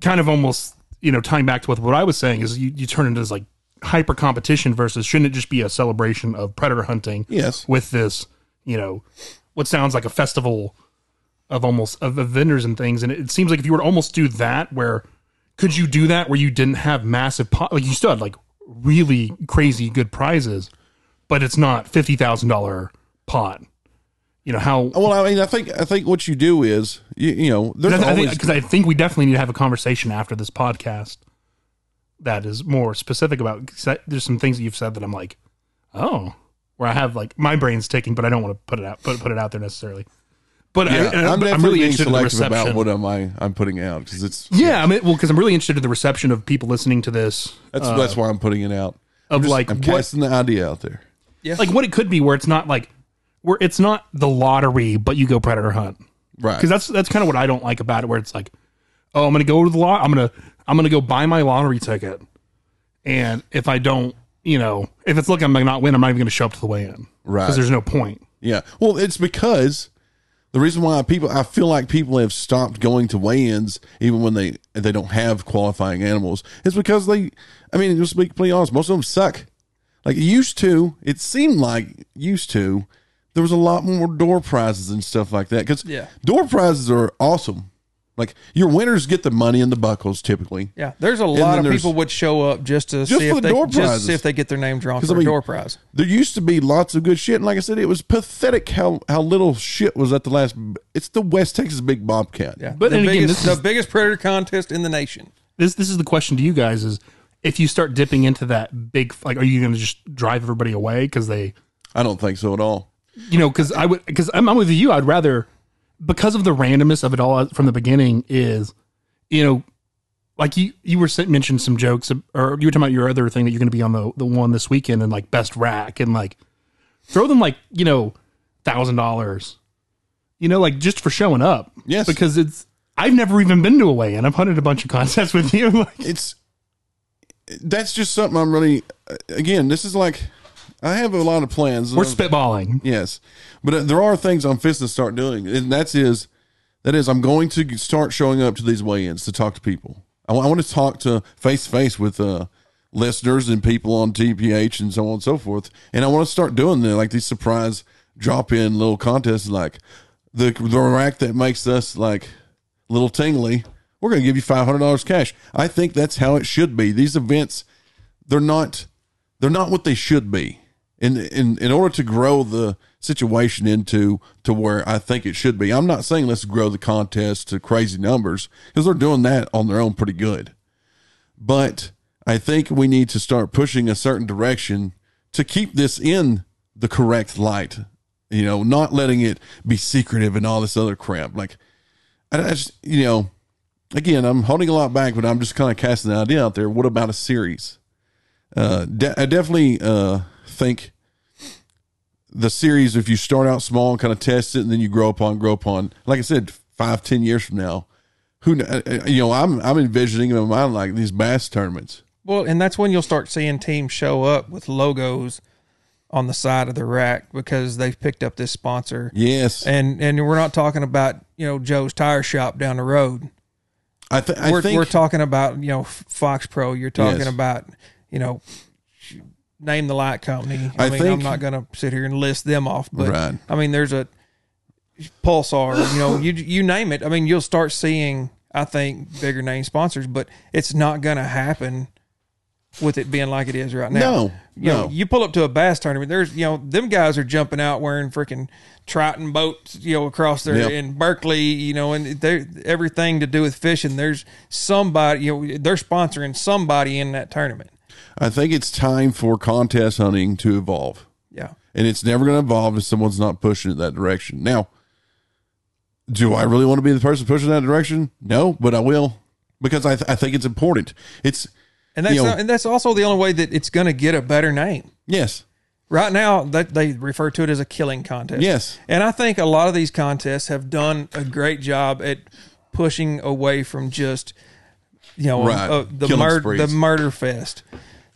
Speaker 2: kind of almost, you know, tying back to what, what I was saying is you, you turn into this like hyper competition versus shouldn't it just be a celebration of predator hunting
Speaker 1: Yes.
Speaker 2: with this, you know, what sounds like a festival of almost of, of vendors and things. And it, it seems like if you were to almost do that where could you do that where you didn't have massive po- like you still had like really crazy good prizes, but it's not fifty thousand dollar pot. You know how
Speaker 1: Well, I mean, I think I think what you do is you, you know there's
Speaker 2: because I,
Speaker 1: always
Speaker 2: think, 'cause I think we definitely need to have a conversation after this podcast that is more specific about. 'cause I- There's some things that you've said that I'm like, oh, where I have like my brain's ticking, but I don't want to put it out put, put it out there necessarily. But
Speaker 1: Yeah,
Speaker 2: I,
Speaker 1: I'm
Speaker 2: am
Speaker 1: definitely
Speaker 2: really
Speaker 1: being
Speaker 2: interested in the
Speaker 1: selective
Speaker 2: reception.
Speaker 1: about what am I I'm putting out because it's
Speaker 2: yeah, I mean, well, because I'm really interested in the reception of people listening to this.
Speaker 1: that's that's why I'm putting it out.
Speaker 2: Of
Speaker 1: I'm just-
Speaker 2: Uh, like
Speaker 1: I'm
Speaker 2: what
Speaker 1: casting the idea out there.
Speaker 3: Yeah.
Speaker 2: like what it could be, where it's not like where it's not the lottery, but you go predator hunt.
Speaker 1: Right.
Speaker 2: because that's that's kind of what I don't like about it. Where it's like, oh, I'm gonna go to the lot. I'm gonna I'm gonna go buy my lottery ticket, and if I don't, you know, if it's look, I'm gonna not win. I'm not even gonna show up to the weigh-in,
Speaker 1: Right.
Speaker 2: Because there's no point.
Speaker 1: yeah. Well, it's because the reason why people I feel like people have stopped going to weigh-ins even when they they don't have qualifying animals is because they I mean just to be completely honest most of them suck. Like it used to, it seemed like used to, there was a lot more door prizes and stuff like that because
Speaker 3: Yeah.
Speaker 1: door prizes are awesome. Like your winners get the money and the buckles typically.
Speaker 3: Yeah, there's a
Speaker 1: then
Speaker 3: lot of
Speaker 1: there's-
Speaker 3: people would show up just to see
Speaker 1: for
Speaker 3: if
Speaker 1: the
Speaker 3: they
Speaker 1: door
Speaker 3: just
Speaker 1: prizes.
Speaker 3: to see if they get their name drawn for
Speaker 1: I mean-
Speaker 3: a door prize.
Speaker 1: There used to be lots of good shit, and like I said, it was pathetic how how little shit was at the last. It's the West Texas Big Bobcat.
Speaker 3: Yeah,
Speaker 2: But
Speaker 3: the
Speaker 2: then again,
Speaker 3: biggest,
Speaker 2: this is-
Speaker 3: the biggest predator contest in the nation.
Speaker 2: This this is the question to you guys is if you start dipping into that big like are you going to just drive everybody away cuz they
Speaker 1: I don't think so at all.
Speaker 2: you know cuz I would cuz I'm, I'm with you I'd rather because of the randomness of it all from the beginning is you know like you you were sa- mentioned some jokes uh, or you were talking about your other thing that you're going to be on the the one this weekend and like best rack and like throw them like you know thousand dollars you know like just for showing up
Speaker 1: Yes.
Speaker 2: because it's I've never even been to a weigh-in. I've hunted a bunch of contests with you. Like,
Speaker 1: It's that's just something I'm really. Again, this is like I have a lot of plans.
Speaker 2: we're
Speaker 1: Uh,
Speaker 2: spitballing.
Speaker 1: Yes, but uh, there are things I'm fixing to start doing, and that's is that is I'm going to start showing up to these weigh-ins to talk to people. I want to talk to face to face with uh, listeners and people on TPH and so on and so forth, and I want to start doing the like these surprise drop-in little contests, like the the rack that makes us like a little tingly. We're going to give you five hundred dollars cash. I think that's how it should be. These events, they're not they're not what they should be. In in in order to grow the situation into to where I think it should be, I'm not saying let's grow the contest to crazy numbers because they're doing that on their own pretty good. But I think we need to start pushing a certain direction to keep this in the correct light. You know, not letting it be secretive and all this other crap. Like, I, I just you know, again, I'm holding a lot back, but I'm just kind of casting the idea out there. What about a series? uh, de- I definitely uh, think the series, if you start out small and kind of test it, and then you grow upon, grow upon. Like I said, five, ten years from now, who kn- uh, uh, you know, I'm I'm envisioning in my mind like these bass tournaments.
Speaker 3: Well, and that's when you'll start seeing teams show up with logos on the side of the rack because they've picked up this sponsor.
Speaker 1: Yes,
Speaker 3: And and we're not talking about you know Joe's tire shop down the road.
Speaker 1: I, th- I
Speaker 3: we're,
Speaker 1: think
Speaker 3: we're talking about you know F- Fox Pro. You're talking
Speaker 1: Yes.
Speaker 3: about you know name the light company. I,
Speaker 1: I
Speaker 3: mean,
Speaker 1: think-
Speaker 3: I'm not going to sit here and list them off, but
Speaker 1: Right.
Speaker 3: I mean, there's a Pulsar. You know, you you name it. I mean, you'll start seeing. I think bigger name sponsors, but it's not going to happen with it being like it is right now.
Speaker 1: No,
Speaker 3: you know,
Speaker 1: no.
Speaker 3: you pull up to a bass tournament. There's, you know, them guys are jumping out wearing freaking Triton boats, you know, across there
Speaker 1: Yep.
Speaker 3: in Berkeley, you know, and they everything to do with fishing. There's somebody, you know, they're sponsoring somebody in that tournament.
Speaker 1: I think it's time for contest hunting to evolve.
Speaker 3: Yeah,
Speaker 1: and it's never going to evolve if someone's not pushing it that direction. Now, do I really want to be the person pushing that direction? No, but I will because I, th- I think it's important. It's
Speaker 3: and that's
Speaker 1: You know-
Speaker 3: not, and that's also the only way that it's going to get a better name.
Speaker 1: yes,
Speaker 3: Right now, that they refer to it as a killing contest.
Speaker 1: Yes.
Speaker 3: and I think a lot of these contests have done a great job at pushing away from just you know
Speaker 1: Right.
Speaker 3: uh, the
Speaker 1: Killing
Speaker 3: murder
Speaker 1: sprees.
Speaker 3: the murder fest,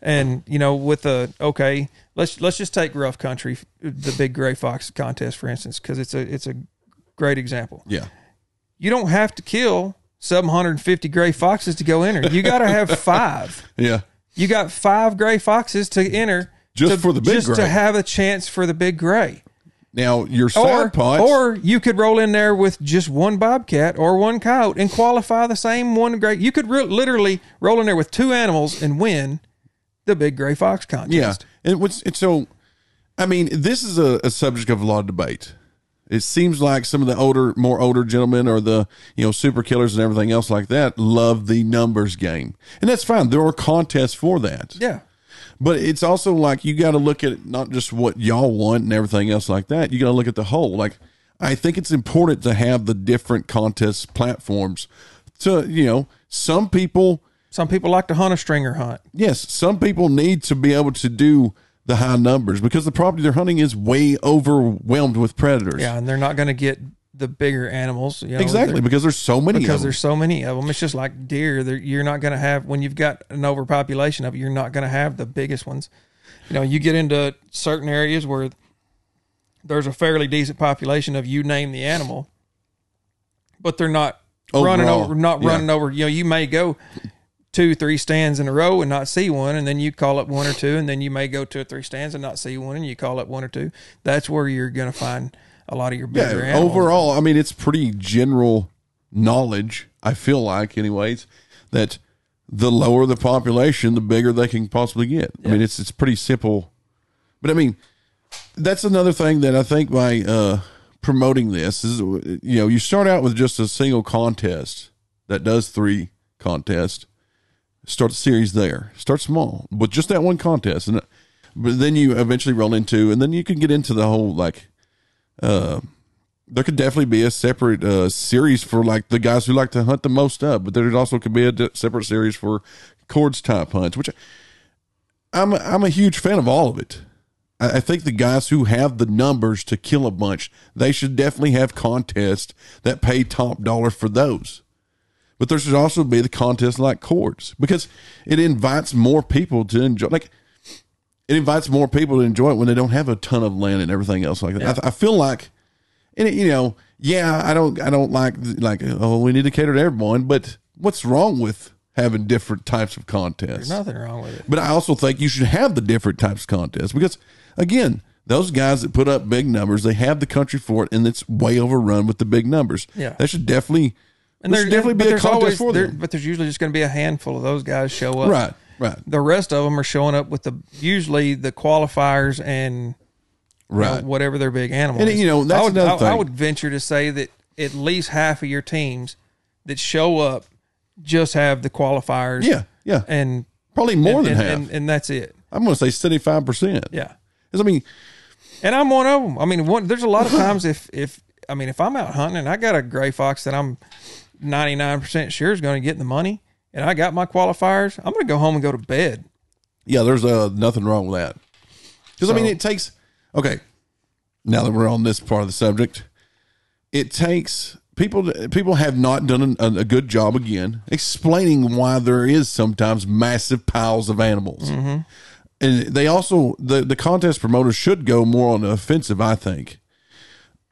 Speaker 3: and you know with a okay, let's let's just take rough country, the big gray fox contest for instance, because it's a it's a great example.
Speaker 1: yeah,
Speaker 3: You don't have to kill 750 gray foxes to go enter. You got to have five.
Speaker 1: yeah.
Speaker 3: You got five gray foxes to enter
Speaker 1: Just
Speaker 3: to-
Speaker 1: for the big
Speaker 3: just
Speaker 1: gray.
Speaker 3: to have a chance for the big gray.
Speaker 1: Now your
Speaker 3: Or
Speaker 1: side pots,
Speaker 3: or you could roll in there with just one bobcat or one coyote and qualify the same one gray. You could re- literally roll in there with two animals and win the big gray fox
Speaker 1: yeah.
Speaker 3: contest.
Speaker 1: It was it's so. I mean, this is a, a subject of a lot of debate. It seems like some of the older, more older gentlemen or the, you know, super killers and everything else like that love the numbers game. And that's fine. There are contests for that.
Speaker 3: Yeah.
Speaker 1: But it's also like you got to look at not just what y'all want and everything else like that. You got to look at the whole. Like I think it's important to have the different contest platforms. To you know, some people,
Speaker 3: Some people like to hunt a stringer hunt.
Speaker 1: yes, some people need to be able to do the high numbers because the property they're hunting is way overwhelmed with predators.
Speaker 3: Yeah, and they're not going to get the bigger animals. You know,
Speaker 1: exactly
Speaker 3: they're-
Speaker 1: because there's so many.
Speaker 3: Because
Speaker 1: of them.
Speaker 3: there's so many of them. It's just like deer. They're- You're not going to have, when you've got an overpopulation of it, you're not going to have the biggest ones. You know, you get into certain areas where there's a fairly decent population of you name the animal, but they're not running
Speaker 1: Overall,
Speaker 3: over, not
Speaker 1: Oh, yeah.
Speaker 3: running over. You know, you may go two, three stands in a row and not see one, and then you call up one or two, and then you may go two or three stands and not see one, and you call up one or two. That's where you're going to find a lot of your bigger
Speaker 1: yeah,
Speaker 3: animals.
Speaker 1: overall, I mean, it's pretty general knowledge I feel like, anyways, that the lower the population, the bigger they can possibly get. I mean, it's it's pretty simple, but I mean, that's another thing that I think by uh, promoting this is you know you start out with just a single contest that does three contests. Start the series there. Start small with just that one contest, and but then you eventually roll into, and then you can get into the whole like there could definitely be a separate uh, series for like the guys who like to hunt the most up, but there also could be a d- separate series for cords type hunts, which I'm a, I'm a huge fan of all of it. I, I think the guys who have the numbers to kill a bunch, they should definitely have contests that pay top dollar for those. But there should also be the contests like cords because it invites more people to enjoy. Like it invites more people to enjoy it when they don't have a ton of land and everything else like that. I, th- I feel like and it, you know, yeah, I don't, I don't like like oh, we need to cater to everyone. But what's wrong with having different types of contests?
Speaker 3: There's nothing wrong with it.
Speaker 1: But I also think you should have the different types of contests because, again, those guys that put up big numbers, they have the country for it, and it's way overrun with the big numbers.
Speaker 3: Yeah.
Speaker 1: that should definitely. And there should definitely
Speaker 3: but
Speaker 1: be a
Speaker 3: there's
Speaker 1: contest
Speaker 3: always-
Speaker 1: for
Speaker 3: there-
Speaker 1: them.
Speaker 3: But there's usually just going to be a handful of those guys show up.
Speaker 1: Right, right,
Speaker 3: The rest of them are showing up with the usually the qualifiers and you know,
Speaker 1: right.
Speaker 3: whatever their big animal.
Speaker 1: And,
Speaker 3: is.
Speaker 1: you know, that's
Speaker 3: I would,
Speaker 1: another
Speaker 3: I- I
Speaker 1: thing.
Speaker 3: would venture to say that at least half of your teams that show up just have the qualifiers.
Speaker 1: yeah, yeah.
Speaker 3: and
Speaker 1: Probably more
Speaker 3: and,
Speaker 1: than
Speaker 3: and,
Speaker 1: half.
Speaker 3: and, and that's it.
Speaker 1: I'm going to say seventy-five percent.
Speaker 3: Yeah,
Speaker 1: I mean,
Speaker 3: and I'm one of them. I mean, one, there's a lot of times if if I mean if I'm out hunting and I got a gray fox that I'm 99 percent sure is going to get the money, and I got my qualifiers, I'm going to go home and go to bed.
Speaker 1: Yeah, there's uh, nothing wrong with that. Because I mean,
Speaker 3: So-
Speaker 1: it takes. Okay, now that we're on this part of the subject, it takes people. People have not done an, a good job again explaining why there is sometimes massive piles of animals, and they also the the contest promoters should go more on the offensive. I think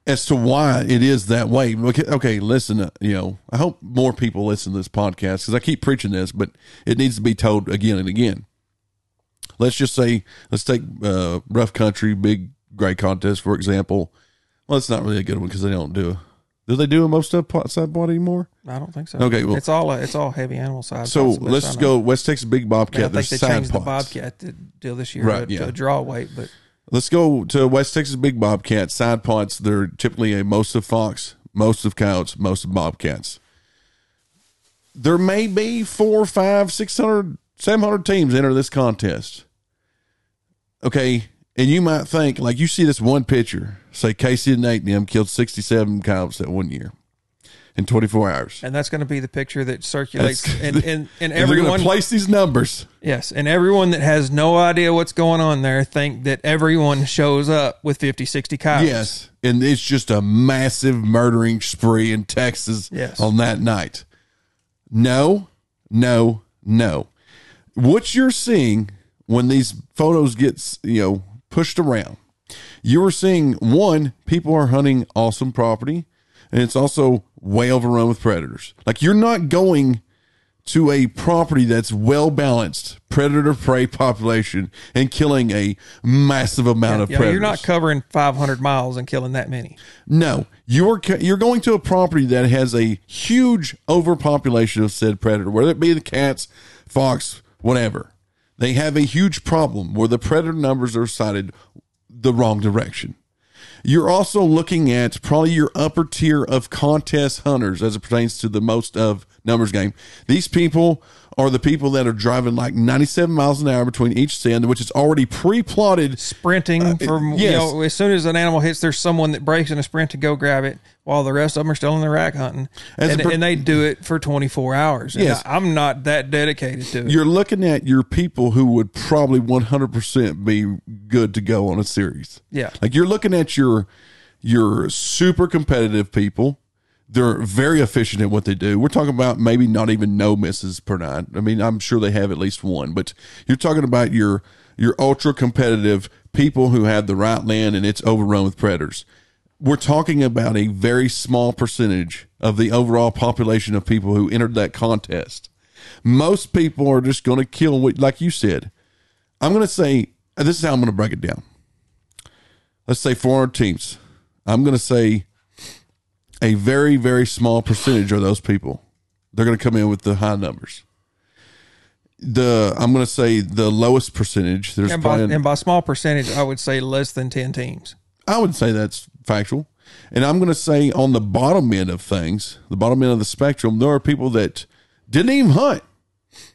Speaker 1: as to why it is that way. Okay, okay, listen, uh, you know, I hope more people listen to this podcast because I keep preaching this, but it needs to be told again and again. Let's just say, let's take uh, Rough Country Big Gray Contest, for example. Well, it's not really a good one because they don't do Do they do a most up side body anymore?
Speaker 3: I don't think so.
Speaker 1: Okay, well-
Speaker 3: it's all uh, it's all heavy animal size.
Speaker 1: So
Speaker 3: possibly,
Speaker 1: let's
Speaker 3: I don't know.
Speaker 1: go West Texas Big Bobcat.
Speaker 3: I, mean, I
Speaker 1: There's
Speaker 3: think they
Speaker 1: side
Speaker 3: changed the
Speaker 1: pots.
Speaker 3: bobcat to deal this year
Speaker 1: Right,
Speaker 3: to,
Speaker 1: yeah.
Speaker 3: to a draw weight, but
Speaker 1: Let's go to West Texas Big Bobcat side pots. They're typically a most of fox, most of coyotes, most of bobcats. There may be four, five, six hundred, seven hundred teams enter this contest. Okay, and you might think like you see this one picture, say Casey and Nate and them killed sixty-seven coyotes that one year in twenty-four hours.
Speaker 3: and that's going to be the picture that circulates
Speaker 1: That's-
Speaker 3: and and,
Speaker 1: And
Speaker 3: and
Speaker 1: they're going
Speaker 3: everyone
Speaker 1: to place these numbers.
Speaker 3: yes and everyone that has no idea what's going on there think that everyone shows up with 50 60 coyotes
Speaker 1: Yes. And it's just a massive murdering spree in Texas
Speaker 3: Yes.
Speaker 1: on that night. No, no, no. What you're seeing when these photos get, you know, pushed around, you're seeing one, people are hunting awesome property and it's also way overrun with predators. Like you're not going to a property that's well balanced predator prey population and killing a massive amount of
Speaker 3: You know,
Speaker 1: predators.
Speaker 3: you're not covering 500 miles and killing that many
Speaker 1: No, you're ca- you're going to a property that has a huge overpopulation of said predator, whether it be the cats, fox, whatever. They have a huge problem where the predator numbers are cited the wrong direction. You're also looking at probably your upper tier of contest hunters as it pertains to the most of numbers game. These people are the people that are driving like 97 miles an hour between each stand, which is already pre-plotted
Speaker 3: sprinting from
Speaker 1: Uh, yes.
Speaker 3: you know as soon as an animal hits there's someone that breaks in a sprint to go grab it while the rest of them are still in the rack hunting
Speaker 1: As a
Speaker 3: and,
Speaker 1: per-
Speaker 3: and they do it for 24 hours And
Speaker 1: Yes.
Speaker 3: I, am not that dedicated to it
Speaker 1: you're looking at your people who would probably 100% be good to go on a series.
Speaker 3: Yeah.
Speaker 1: Like you're looking at your your super competitive people. They're very efficient at what they do. We're talking about maybe not even no misses per night. I mean, I'm sure they have at least one, but you're talking about your your ultra competitive people who have the right land and it's overrun with predators. We're talking about a very small percentage of the overall population of people who entered that contest most people are just going to kill what, like you said. I'm going to say this is how I'm going to break it down. Let's say 400 teams. I'm going to say a very very small percentage of those people they're going to come in with the high numbers. The I'm going to say the lowest percentage. There's
Speaker 3: And by,
Speaker 1: probably
Speaker 3: and by small percentage, I would say less than 10 teams.
Speaker 1: I would say that's factual. And I'm going to say on the bottom end of things, the bottom end of the spectrum, there are people that didn't even hunt.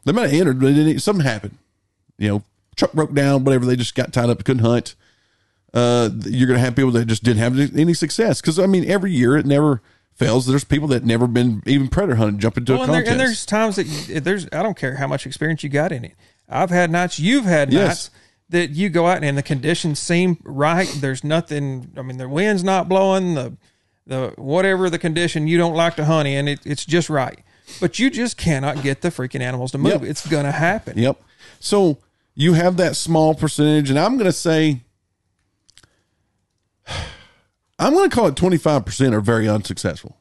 Speaker 1: They might have entered, but they didn't, something happened. You know, truck broke down, whatever. They just got tied up, couldn't hunt. Uh, you're going to have people that just didn't have any success. Because, I mean, every year it never fails. There's people that never been even predator hunting, jump into a
Speaker 3: Well, Oh, and, there,
Speaker 1: contest.
Speaker 3: and there's times that you, eh, there's I don't care how much experience you got in it. I've had nights, you've had
Speaker 1: Yes.
Speaker 3: nights that you go out and the conditions seem right. There's nothing. I mean, the wind's not blowing. The the whatever the condition you don't like to hunt in, it, it's just right. But you just cannot get the freaking animals to move.
Speaker 1: Yep.
Speaker 3: It's gonna happen.
Speaker 1: Yep. So you have that small percentage, and I'm going to say, I'm going to call it 25% are very unsuccessful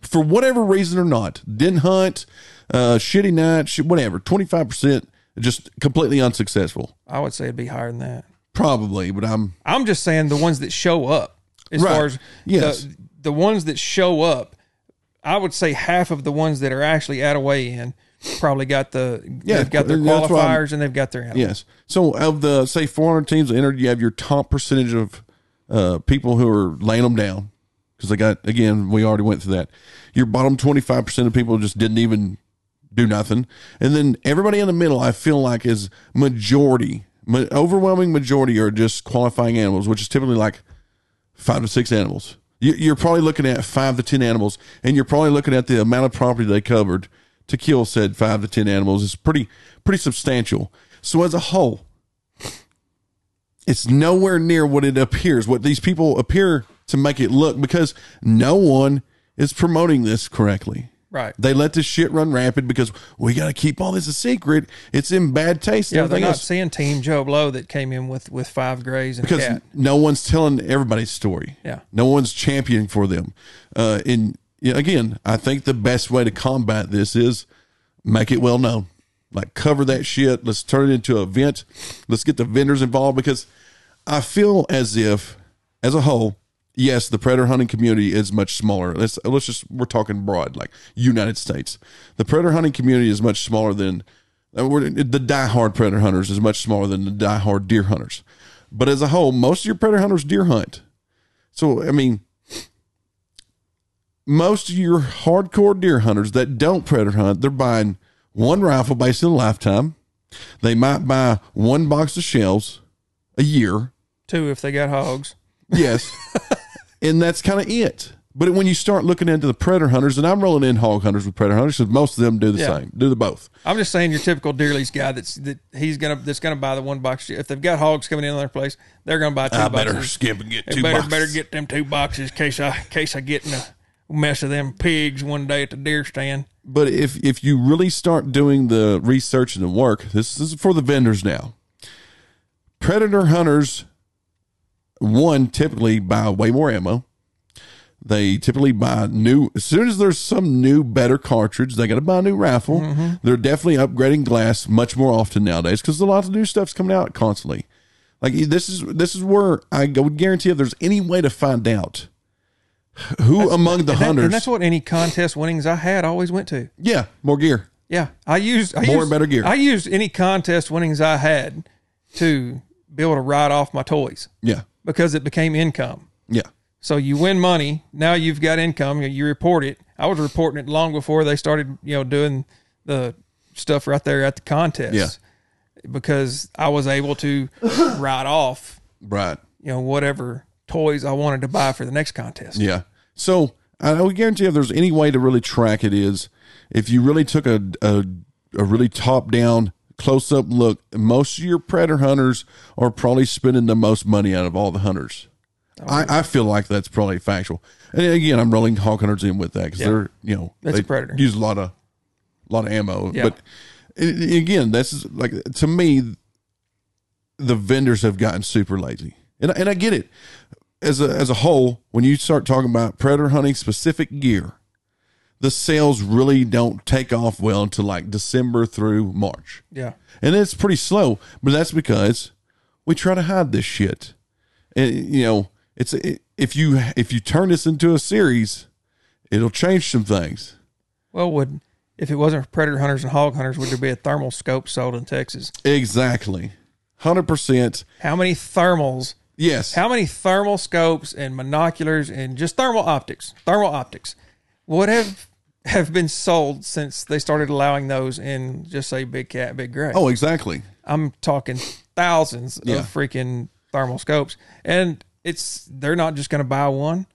Speaker 1: for whatever reason or not. Didn't hunt, uh, shitty night, sh- whatever. 25% just completely unsuccessful,
Speaker 3: I would say it'd be higher than that.
Speaker 1: probably. But I'm
Speaker 3: I'm just saying the ones that show up as
Speaker 1: Right.
Speaker 3: far as
Speaker 1: Yes.
Speaker 3: the, the ones that show up. I would say half of the ones that are actually out of way in probably got the
Speaker 1: Yeah,
Speaker 3: they've got their
Speaker 1: that's what I'm-
Speaker 3: qualifiers and they've got their animals.
Speaker 1: yes. So of the say 400 teams that entered, you have your top percentage of uh, people who are laying them down because they got again. We already went through that. Your bottom 25 percent of people just didn't even do nothing, and then everybody in the middle. I feel like is majority, ma- overwhelming majority are just qualifying animals, which is typically like five to six animals. You- You're probably looking at five to ten animals, and you're probably looking at the amount of property they covered to kill said five to ten animals is pretty pretty substantial. So as a whole, it's nowhere near what it appears, what these people appear to make it look, because no one is promoting this correctly.
Speaker 3: Right.
Speaker 1: They let this shit run rampant because we got to keep all this a secret. It's in bad taste. and
Speaker 3: Yeah, they're
Speaker 1: everything
Speaker 3: not
Speaker 1: else.
Speaker 3: seeing Team Joe Blow that came in with with five grays and a
Speaker 1: because
Speaker 3: cat.
Speaker 1: no one's telling everybody's story.
Speaker 3: Yeah.
Speaker 1: no one's championing for them. Uh, and you know, again, I think the best way to combat this is make it well known. Like cover that shit. Let's turn it into an event. Let's get the vendors involved because I feel as if, as a whole, yes, the predator hunting community is much smaller. Let's let's just we're talking broad, like United States. The predator hunting community is much smaller than uh, we're, the diehard predator hunters is much smaller than the diehard deer hunters. But as a whole, most of your predator hunters deer hunt. So I mean, most of your hardcore deer hunters that don't predator hunt, they're buying one rifle based in a lifetime. They might buy one box of shells a year.
Speaker 3: Two if they got hogs.
Speaker 1: Yes. and that's kind of it. But when you start looking into the predator hunters, and I'm rolling in hog hunters with predator hunters because most of them do the
Speaker 3: Yeah.
Speaker 1: same, do the both.
Speaker 3: I'm just saying your typical Deerley's guy that's that he's gonna that's gonna buy the one box. If they've got hogs coming in their place, they're gonna buy two
Speaker 1: I
Speaker 3: boxes.
Speaker 1: better skip and get
Speaker 3: They
Speaker 1: two
Speaker 3: better
Speaker 1: boxes.
Speaker 3: better get them two boxes case I case I get in a mess of them pigs one day at the deer stand.
Speaker 1: but if if you really start doing the research and the work, this is for the vendors now. Predator hunters, one typically buy way more ammo. They typically buy new as soon as there's some new better cartridge, they got to buy a new rifle.
Speaker 3: Mm-hmm.
Speaker 1: They're definitely upgrading glass much more often nowadays because a lot of new stuff's coming out constantly. Like this is this is where I go- would guarantee if there's any way to find out who among the
Speaker 3: That-
Speaker 1: hunters,
Speaker 3: and that's what any contest winnings I had always went to.
Speaker 1: yeah, more gear.
Speaker 3: Yeah, I used I
Speaker 1: More
Speaker 3: used-
Speaker 1: better gear.
Speaker 3: I used any contest winnings I had to be able to write off my toys
Speaker 1: Yeah,
Speaker 3: because it became income.
Speaker 1: yeah.
Speaker 3: So you win money. Now you've got income. You, you report it. I was reporting it long before they started, you know, doing the stuff right there at the contest.
Speaker 1: Yeah.
Speaker 3: Because I was able to write off,
Speaker 1: Right.
Speaker 3: you know, whatever toys I wanted to buy for the next contest.
Speaker 1: Yeah. So I would guarantee if there's any way to really track it is if you really took a a, a really top down close up look, most of your predator hunters are probably spending the most money out of all the hunters.
Speaker 3: Oh,
Speaker 1: I, I feel like that's probably factual. And again, I'm rolling hawk hunters in with that because they're you know
Speaker 3: That's a
Speaker 1: they
Speaker 3: predator.
Speaker 1: use a lot of lot of ammo.
Speaker 3: Yeah.
Speaker 1: But i- i- again, this is like to me, the vendors have gotten super lazy, and I- and I get it. As a as a whole, when you start talking about predator hunting specific gear, the sales really don't take off well until like December through March
Speaker 3: Yeah.
Speaker 1: and it's pretty slow. But that's because we try to hide this shit. And you know, it's it, if you if you turn this into a series, it'll change some things.
Speaker 3: Well, would if it wasn't for predator hunters and hog hunters, would there be a thermal scope sold in Texas?
Speaker 1: Exactly. 100%.
Speaker 3: How many thermals?
Speaker 1: Yes.
Speaker 3: How many thermal scopes and monoculars and just thermal optics, thermal optics, would have have been sold since they started allowing those in just say big cat, big gray?
Speaker 1: oh, exactly.
Speaker 3: I'm talking thousands
Speaker 1: Yeah.
Speaker 3: of freaking thermal scopes, and it's they're not just going to buy one;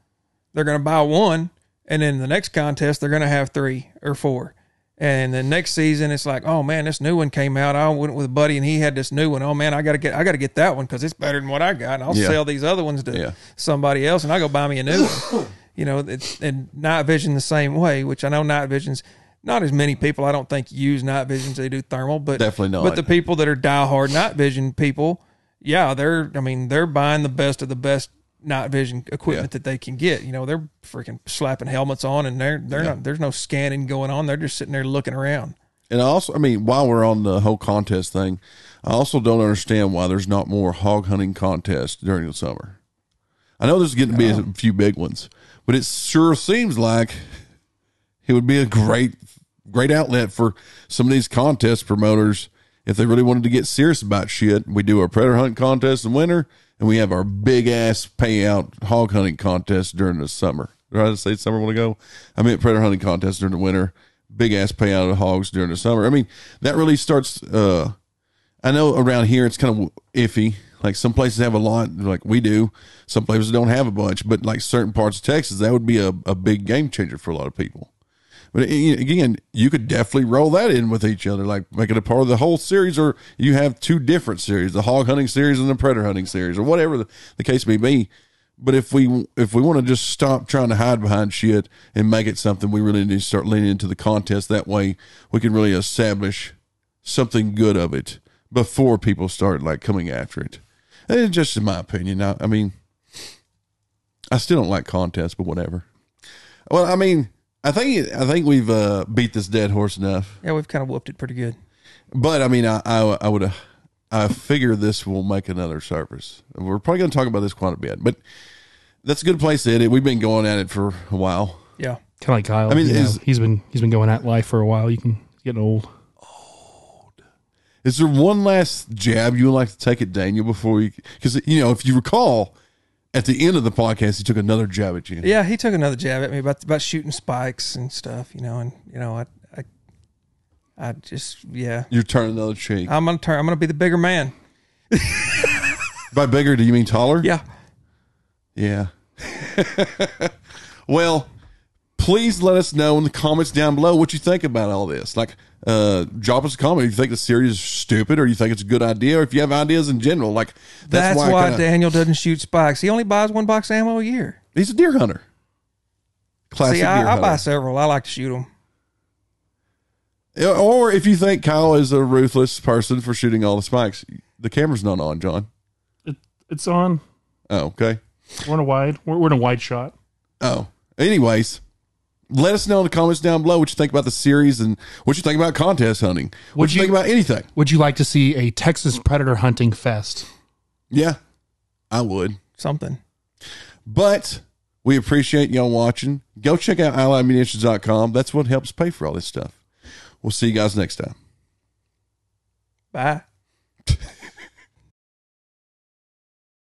Speaker 3: they're going to buy one, and then the next contest they're going to have three or four, and then next season it's like, oh man, this new one came out. I went with a buddy, and he had this new one. Oh man, I got to get I got to get that one because it's better than what I got, and I'll
Speaker 1: Yeah.
Speaker 3: sell these other ones to
Speaker 1: Yeah.
Speaker 3: somebody else, and I go buy me a new one. You know, it's, and night vision the same way, which I know night visions. Not as many people, I don't think, use night visions. They do thermal, but
Speaker 1: Definitely not.
Speaker 3: But the people that are diehard night vision people, yeah, they're I mean they're buying the best of the best night vision equipment that they can get. You know, they're freaking slapping helmets on, and they're they're not there's no scanning going on. They're just sitting there looking around.
Speaker 1: And I also, I mean, while we're on the whole contest thing, I also don't understand why there's not more hog hunting contests during the summer. I know there's getting to be a few big ones, but it sure seems like it would be a great, great outlet for some of these contest promoters if they really wanted to get serious about shit. We do our predator hunt contest in winter, and we have our big ass payout hog hunting contest during the summer. Did I say summer a while ago? I meant predator hunting contest during the winter, big ass payout of hogs during the summer. I mean, that really starts. uh I know around here it's kind of iffy. Like some places have a lot, like we do. Some places don't have a bunch, but like certain parts of Texas, that would be a, a big game changer for a lot of people. But a- again, you could definitely roll that in with each other, like make it a part of the whole series, or you have two different series: the hog hunting series and the predator hunting series, or whatever the, the case may be. But if we if we want to just stop trying to hide behind shit and make it something, we really need to start leaning into the contest. That way, we can really establish something good of it before people start like coming after it. And it's just in my opinion. I, I mean, I still don't like contests, but whatever. Well, I mean, I think I think we've uh, beat this dead horse enough.
Speaker 3: Yeah, we've kind of whooped it pretty good.
Speaker 1: But I mean, I I, I would uh, I figure this will make another surface. We're probably going to talk about this quite a bit, but that's a good place to edit. We've been going at it for a while.
Speaker 3: Yeah,
Speaker 2: Kind of like Kyle.
Speaker 1: I mean,
Speaker 2: you know,
Speaker 1: is-
Speaker 2: he's been he's been going at life for a while. You can getting old.
Speaker 1: Is there one last jab you would like to take at Daniel before we? Because you know, if you recall, at the end of the podcast, he took another jab at you.
Speaker 3: yeah. He took another jab at me about about shooting spikes and stuff. You know, and you know I I, I just yeah.
Speaker 1: You're turning another cheek.
Speaker 3: I'm gonna turn. I'm gonna be the bigger man.
Speaker 1: By bigger, do you mean taller?
Speaker 3: Yeah.
Speaker 1: Yeah. well, please let us know in the comments down below what you think about all this. Like, uh, drop us a comment if you think the series is stupid or you think it's a good idea or if you have ideas in general. Like, that's,
Speaker 3: That's,
Speaker 1: why, I
Speaker 3: why
Speaker 1: kinda-
Speaker 3: Daniel doesn't shoot spikes. He only buys one box of ammo a year.
Speaker 1: he's a deer hunter. Classic
Speaker 3: See,
Speaker 1: deer
Speaker 3: I, I
Speaker 1: hunter.
Speaker 3: buy several. I like to shoot them.
Speaker 1: Or if you think Kyle is a ruthless person for shooting all the spikes, the camera's not on, John.
Speaker 2: It, it's on.
Speaker 1: Oh, okay.
Speaker 2: We're in a wide. We're, we're in a wide shot.
Speaker 1: Oh, anyways, let us know in the comments down below what you think about the series and what you think about contest hunting. What
Speaker 2: Would
Speaker 1: you think
Speaker 2: you-
Speaker 1: about anything?
Speaker 2: Would you like to see a Texas predator hunting fest?
Speaker 1: Yeah, I would.
Speaker 3: Something.
Speaker 1: But we appreciate y'all watching. Go check out allymunitions.com. That's what helps pay for all this stuff. We'll see you guys next time.
Speaker 3: Bye.